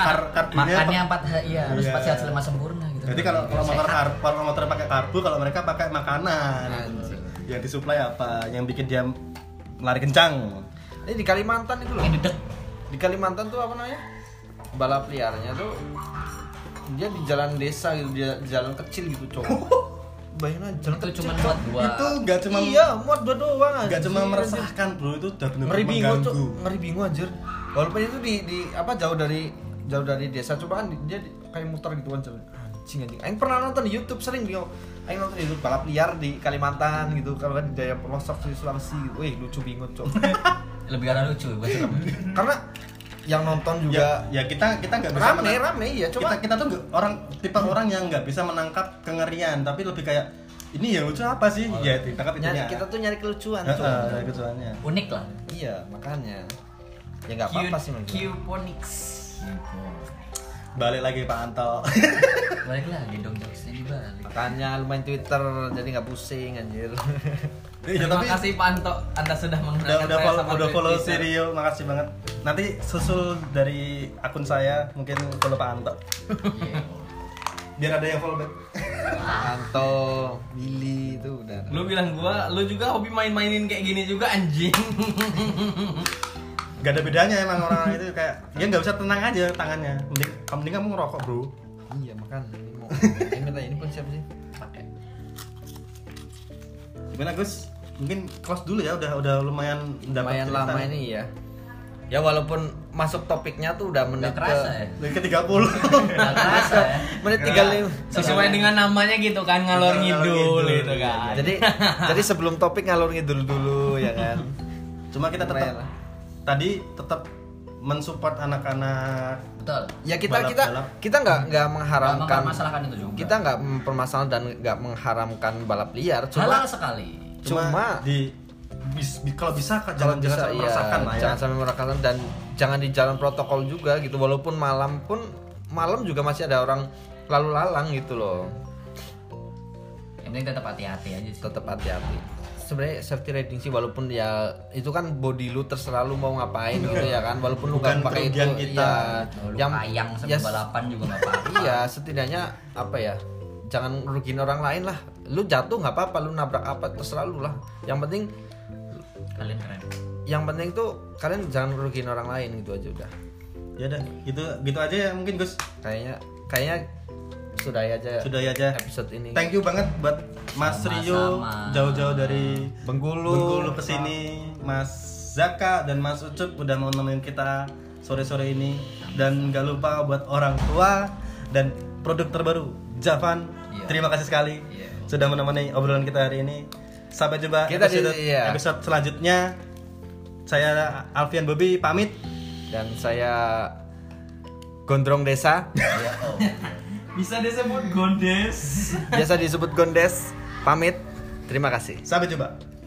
B: Kar karbunya
D: Makannya empat hari, iya harus
B: Iya.
D: empat sehat lima sempurna gitu.
B: Jadi kalau kalau motor
D: Sehat.
B: kar- kalau motor pakai karbu, kalau mereka pakai makanan. gitu. Yang disuplai apa? Yang bikin dia lari kencang.
A: ini di Kalimantan itu loh di Kalimantan tuh apa namanya balap liarnya tuh dia di jalan desa gitu dia di jalan kecil gitu cowok bayangin aja jalan
D: itu
A: kecil
D: cuma
A: Cok.
D: buat dua.
B: Itu nggak cuma
A: iya muat dua doang
B: nggak cuma
A: anjir.
B: meresahkan bro, itu udah
A: ngeri
B: benar-benar
A: bingung
B: mengganggu.
A: tuh ngeri bingung anjir walaupun itu di, di apa jauh dari jauh dari desa coba kan di- dia di- kayak muter gitu kan jalan. anjing anjing Aing pernah nonton di YouTube sering bingung Aing nonton di YouTube balap liar di Kalimantan gitu kalau nggak di daerah pelosok di Sulawesi gitu. wih lucu bingung cok
D: Lebih arah lucu, gue suka.
A: karena yang nonton
B: Ya,
A: juga
B: ya kita kita nggak bisa
A: rame
B: menang-
A: rame iya
B: kita
A: coba
B: kita tuh nggak- orang tipe orang yang nggak bisa menangkap kengerian, tapi lebih kayak ini yang lucu apa sih? ya ditangkap
A: nyari,
B: itunya.
A: kita tuh nyari kelucuan
B: Heeh,
A: Cok.
B: dari kecuannya.
D: Unik lah.
A: iya makanya ya nggak apa-apa sih menurut gue.
C: Cuponix.
B: balik lagi Pak Anto Iya,
D: balik lagi dong jokesnya dibalik
A: Makanya lu main Twitter jadi nggak pusing anjir.
B: Iya,
G: Terima kasih Panto, Anda sudah
B: udah
G: menggunakan
B: udah follow,
G: sama
B: udah follow
G: Twitter.
B: Sirio makasih banget nanti susul dari akun saya mungkin follow Pak Anto biar ada yang follow back
A: Anto, Billy itu udah.
G: Lu bilang gua, lu juga hobi main-mainin kayak gini juga anjing.
B: gak ada bedanya emang orang itu kayak dia nggak bisa tenang aja tangannya mending ah, mending kamu ngerokok bro
A: Iya makan. Ini mau. Ini minta ini konsep sih.
B: gimana Gus mungkin close dulu ya udah udah lumayan
A: Lumayan
B: dapat cerita.
A: lama ini ya. Ya walaupun masuk topiknya tuh udah menit
D: nggak terasa ya
B: Dari ke 30
D: nggak terasa ya
A: menit 35.
G: Sesuai dengan namanya gitu kan ngalor ngidul gitu kan.
A: Jadi jadi sebelum topik ngalur ngidul dulu ya kan.
B: cuma kita tetap
A: Lumayan lah.
B: tadi tetap mensupport anak-anak
D: betul
A: Ya kita
B: Balap-
A: kita
B: balap.
A: kita nggak nggak
D: nggak
A: mengharamkan
D: mempermasalahkan kan itu juga
A: kita nggak mempermasalahkan dan nggak mengharamkan balap liar cuma
D: halal sekali
B: cuma,
A: Cuma-
B: di bis- bi- kalau bisa Kak,
A: kalau
B: jangan
A: bisa,
B: jangan sampai
A: iya,
B: merasakan lah ya
A: jangan sampai merasakan dan jangan di jalan protokol juga gitu walaupun malam pun malam juga masih ada orang lalu lalang gitu loh
D: yang penting tetap hati-hati aja sih
A: tetap hati-hati sebenarnya safety riding sih walaupun ya itu kan body lu terserah lu mau ngapain gitu ya kan walaupun lu
B: Bukan
A: nggak pakai itu
B: kerugian kita.
A: iya,
D: Oh, lu
A: yang
D: ayang sama
A: ya,
D: balapan juga nggak apa-apa
A: iya setidaknya apa ya jangan rugiin orang lain lah lu jatuh nggak apa-apa lu nabrak apa terserah lu lah yang penting
D: kalian keren
A: yang penting tuh kalian jangan rugiin orang lain gitu aja udah
B: ya udah gitu gitu aja ya mungkin Gus
A: kayaknya kayaknya sudah aja
B: sudah ya aja
A: episode ini
B: thank you banget buat Mas
D: Sama-sama.
B: Rio jauh-jauh dari
A: Bengkulu.
B: Bengkulu kesini Mas Zaka dan Mas Ucup udah mau nemenin kita sore-sore ini dan nggak lupa buat orang tua dan produk terbaru Javan
D: Iya.
B: terima kasih sekali
D: Iya.
B: sudah menemani obrolan kita hari ini sampai jumpa
A: Kita di-
B: episode,
A: iya.
B: episode selanjutnya saya Alfian Bobi pamit
A: dan saya Gondrong Desa
B: Ya, oh.
G: Bisa disebut gondes.
A: biasa disebut Gondes pamit terima kasih
B: sampai jumpa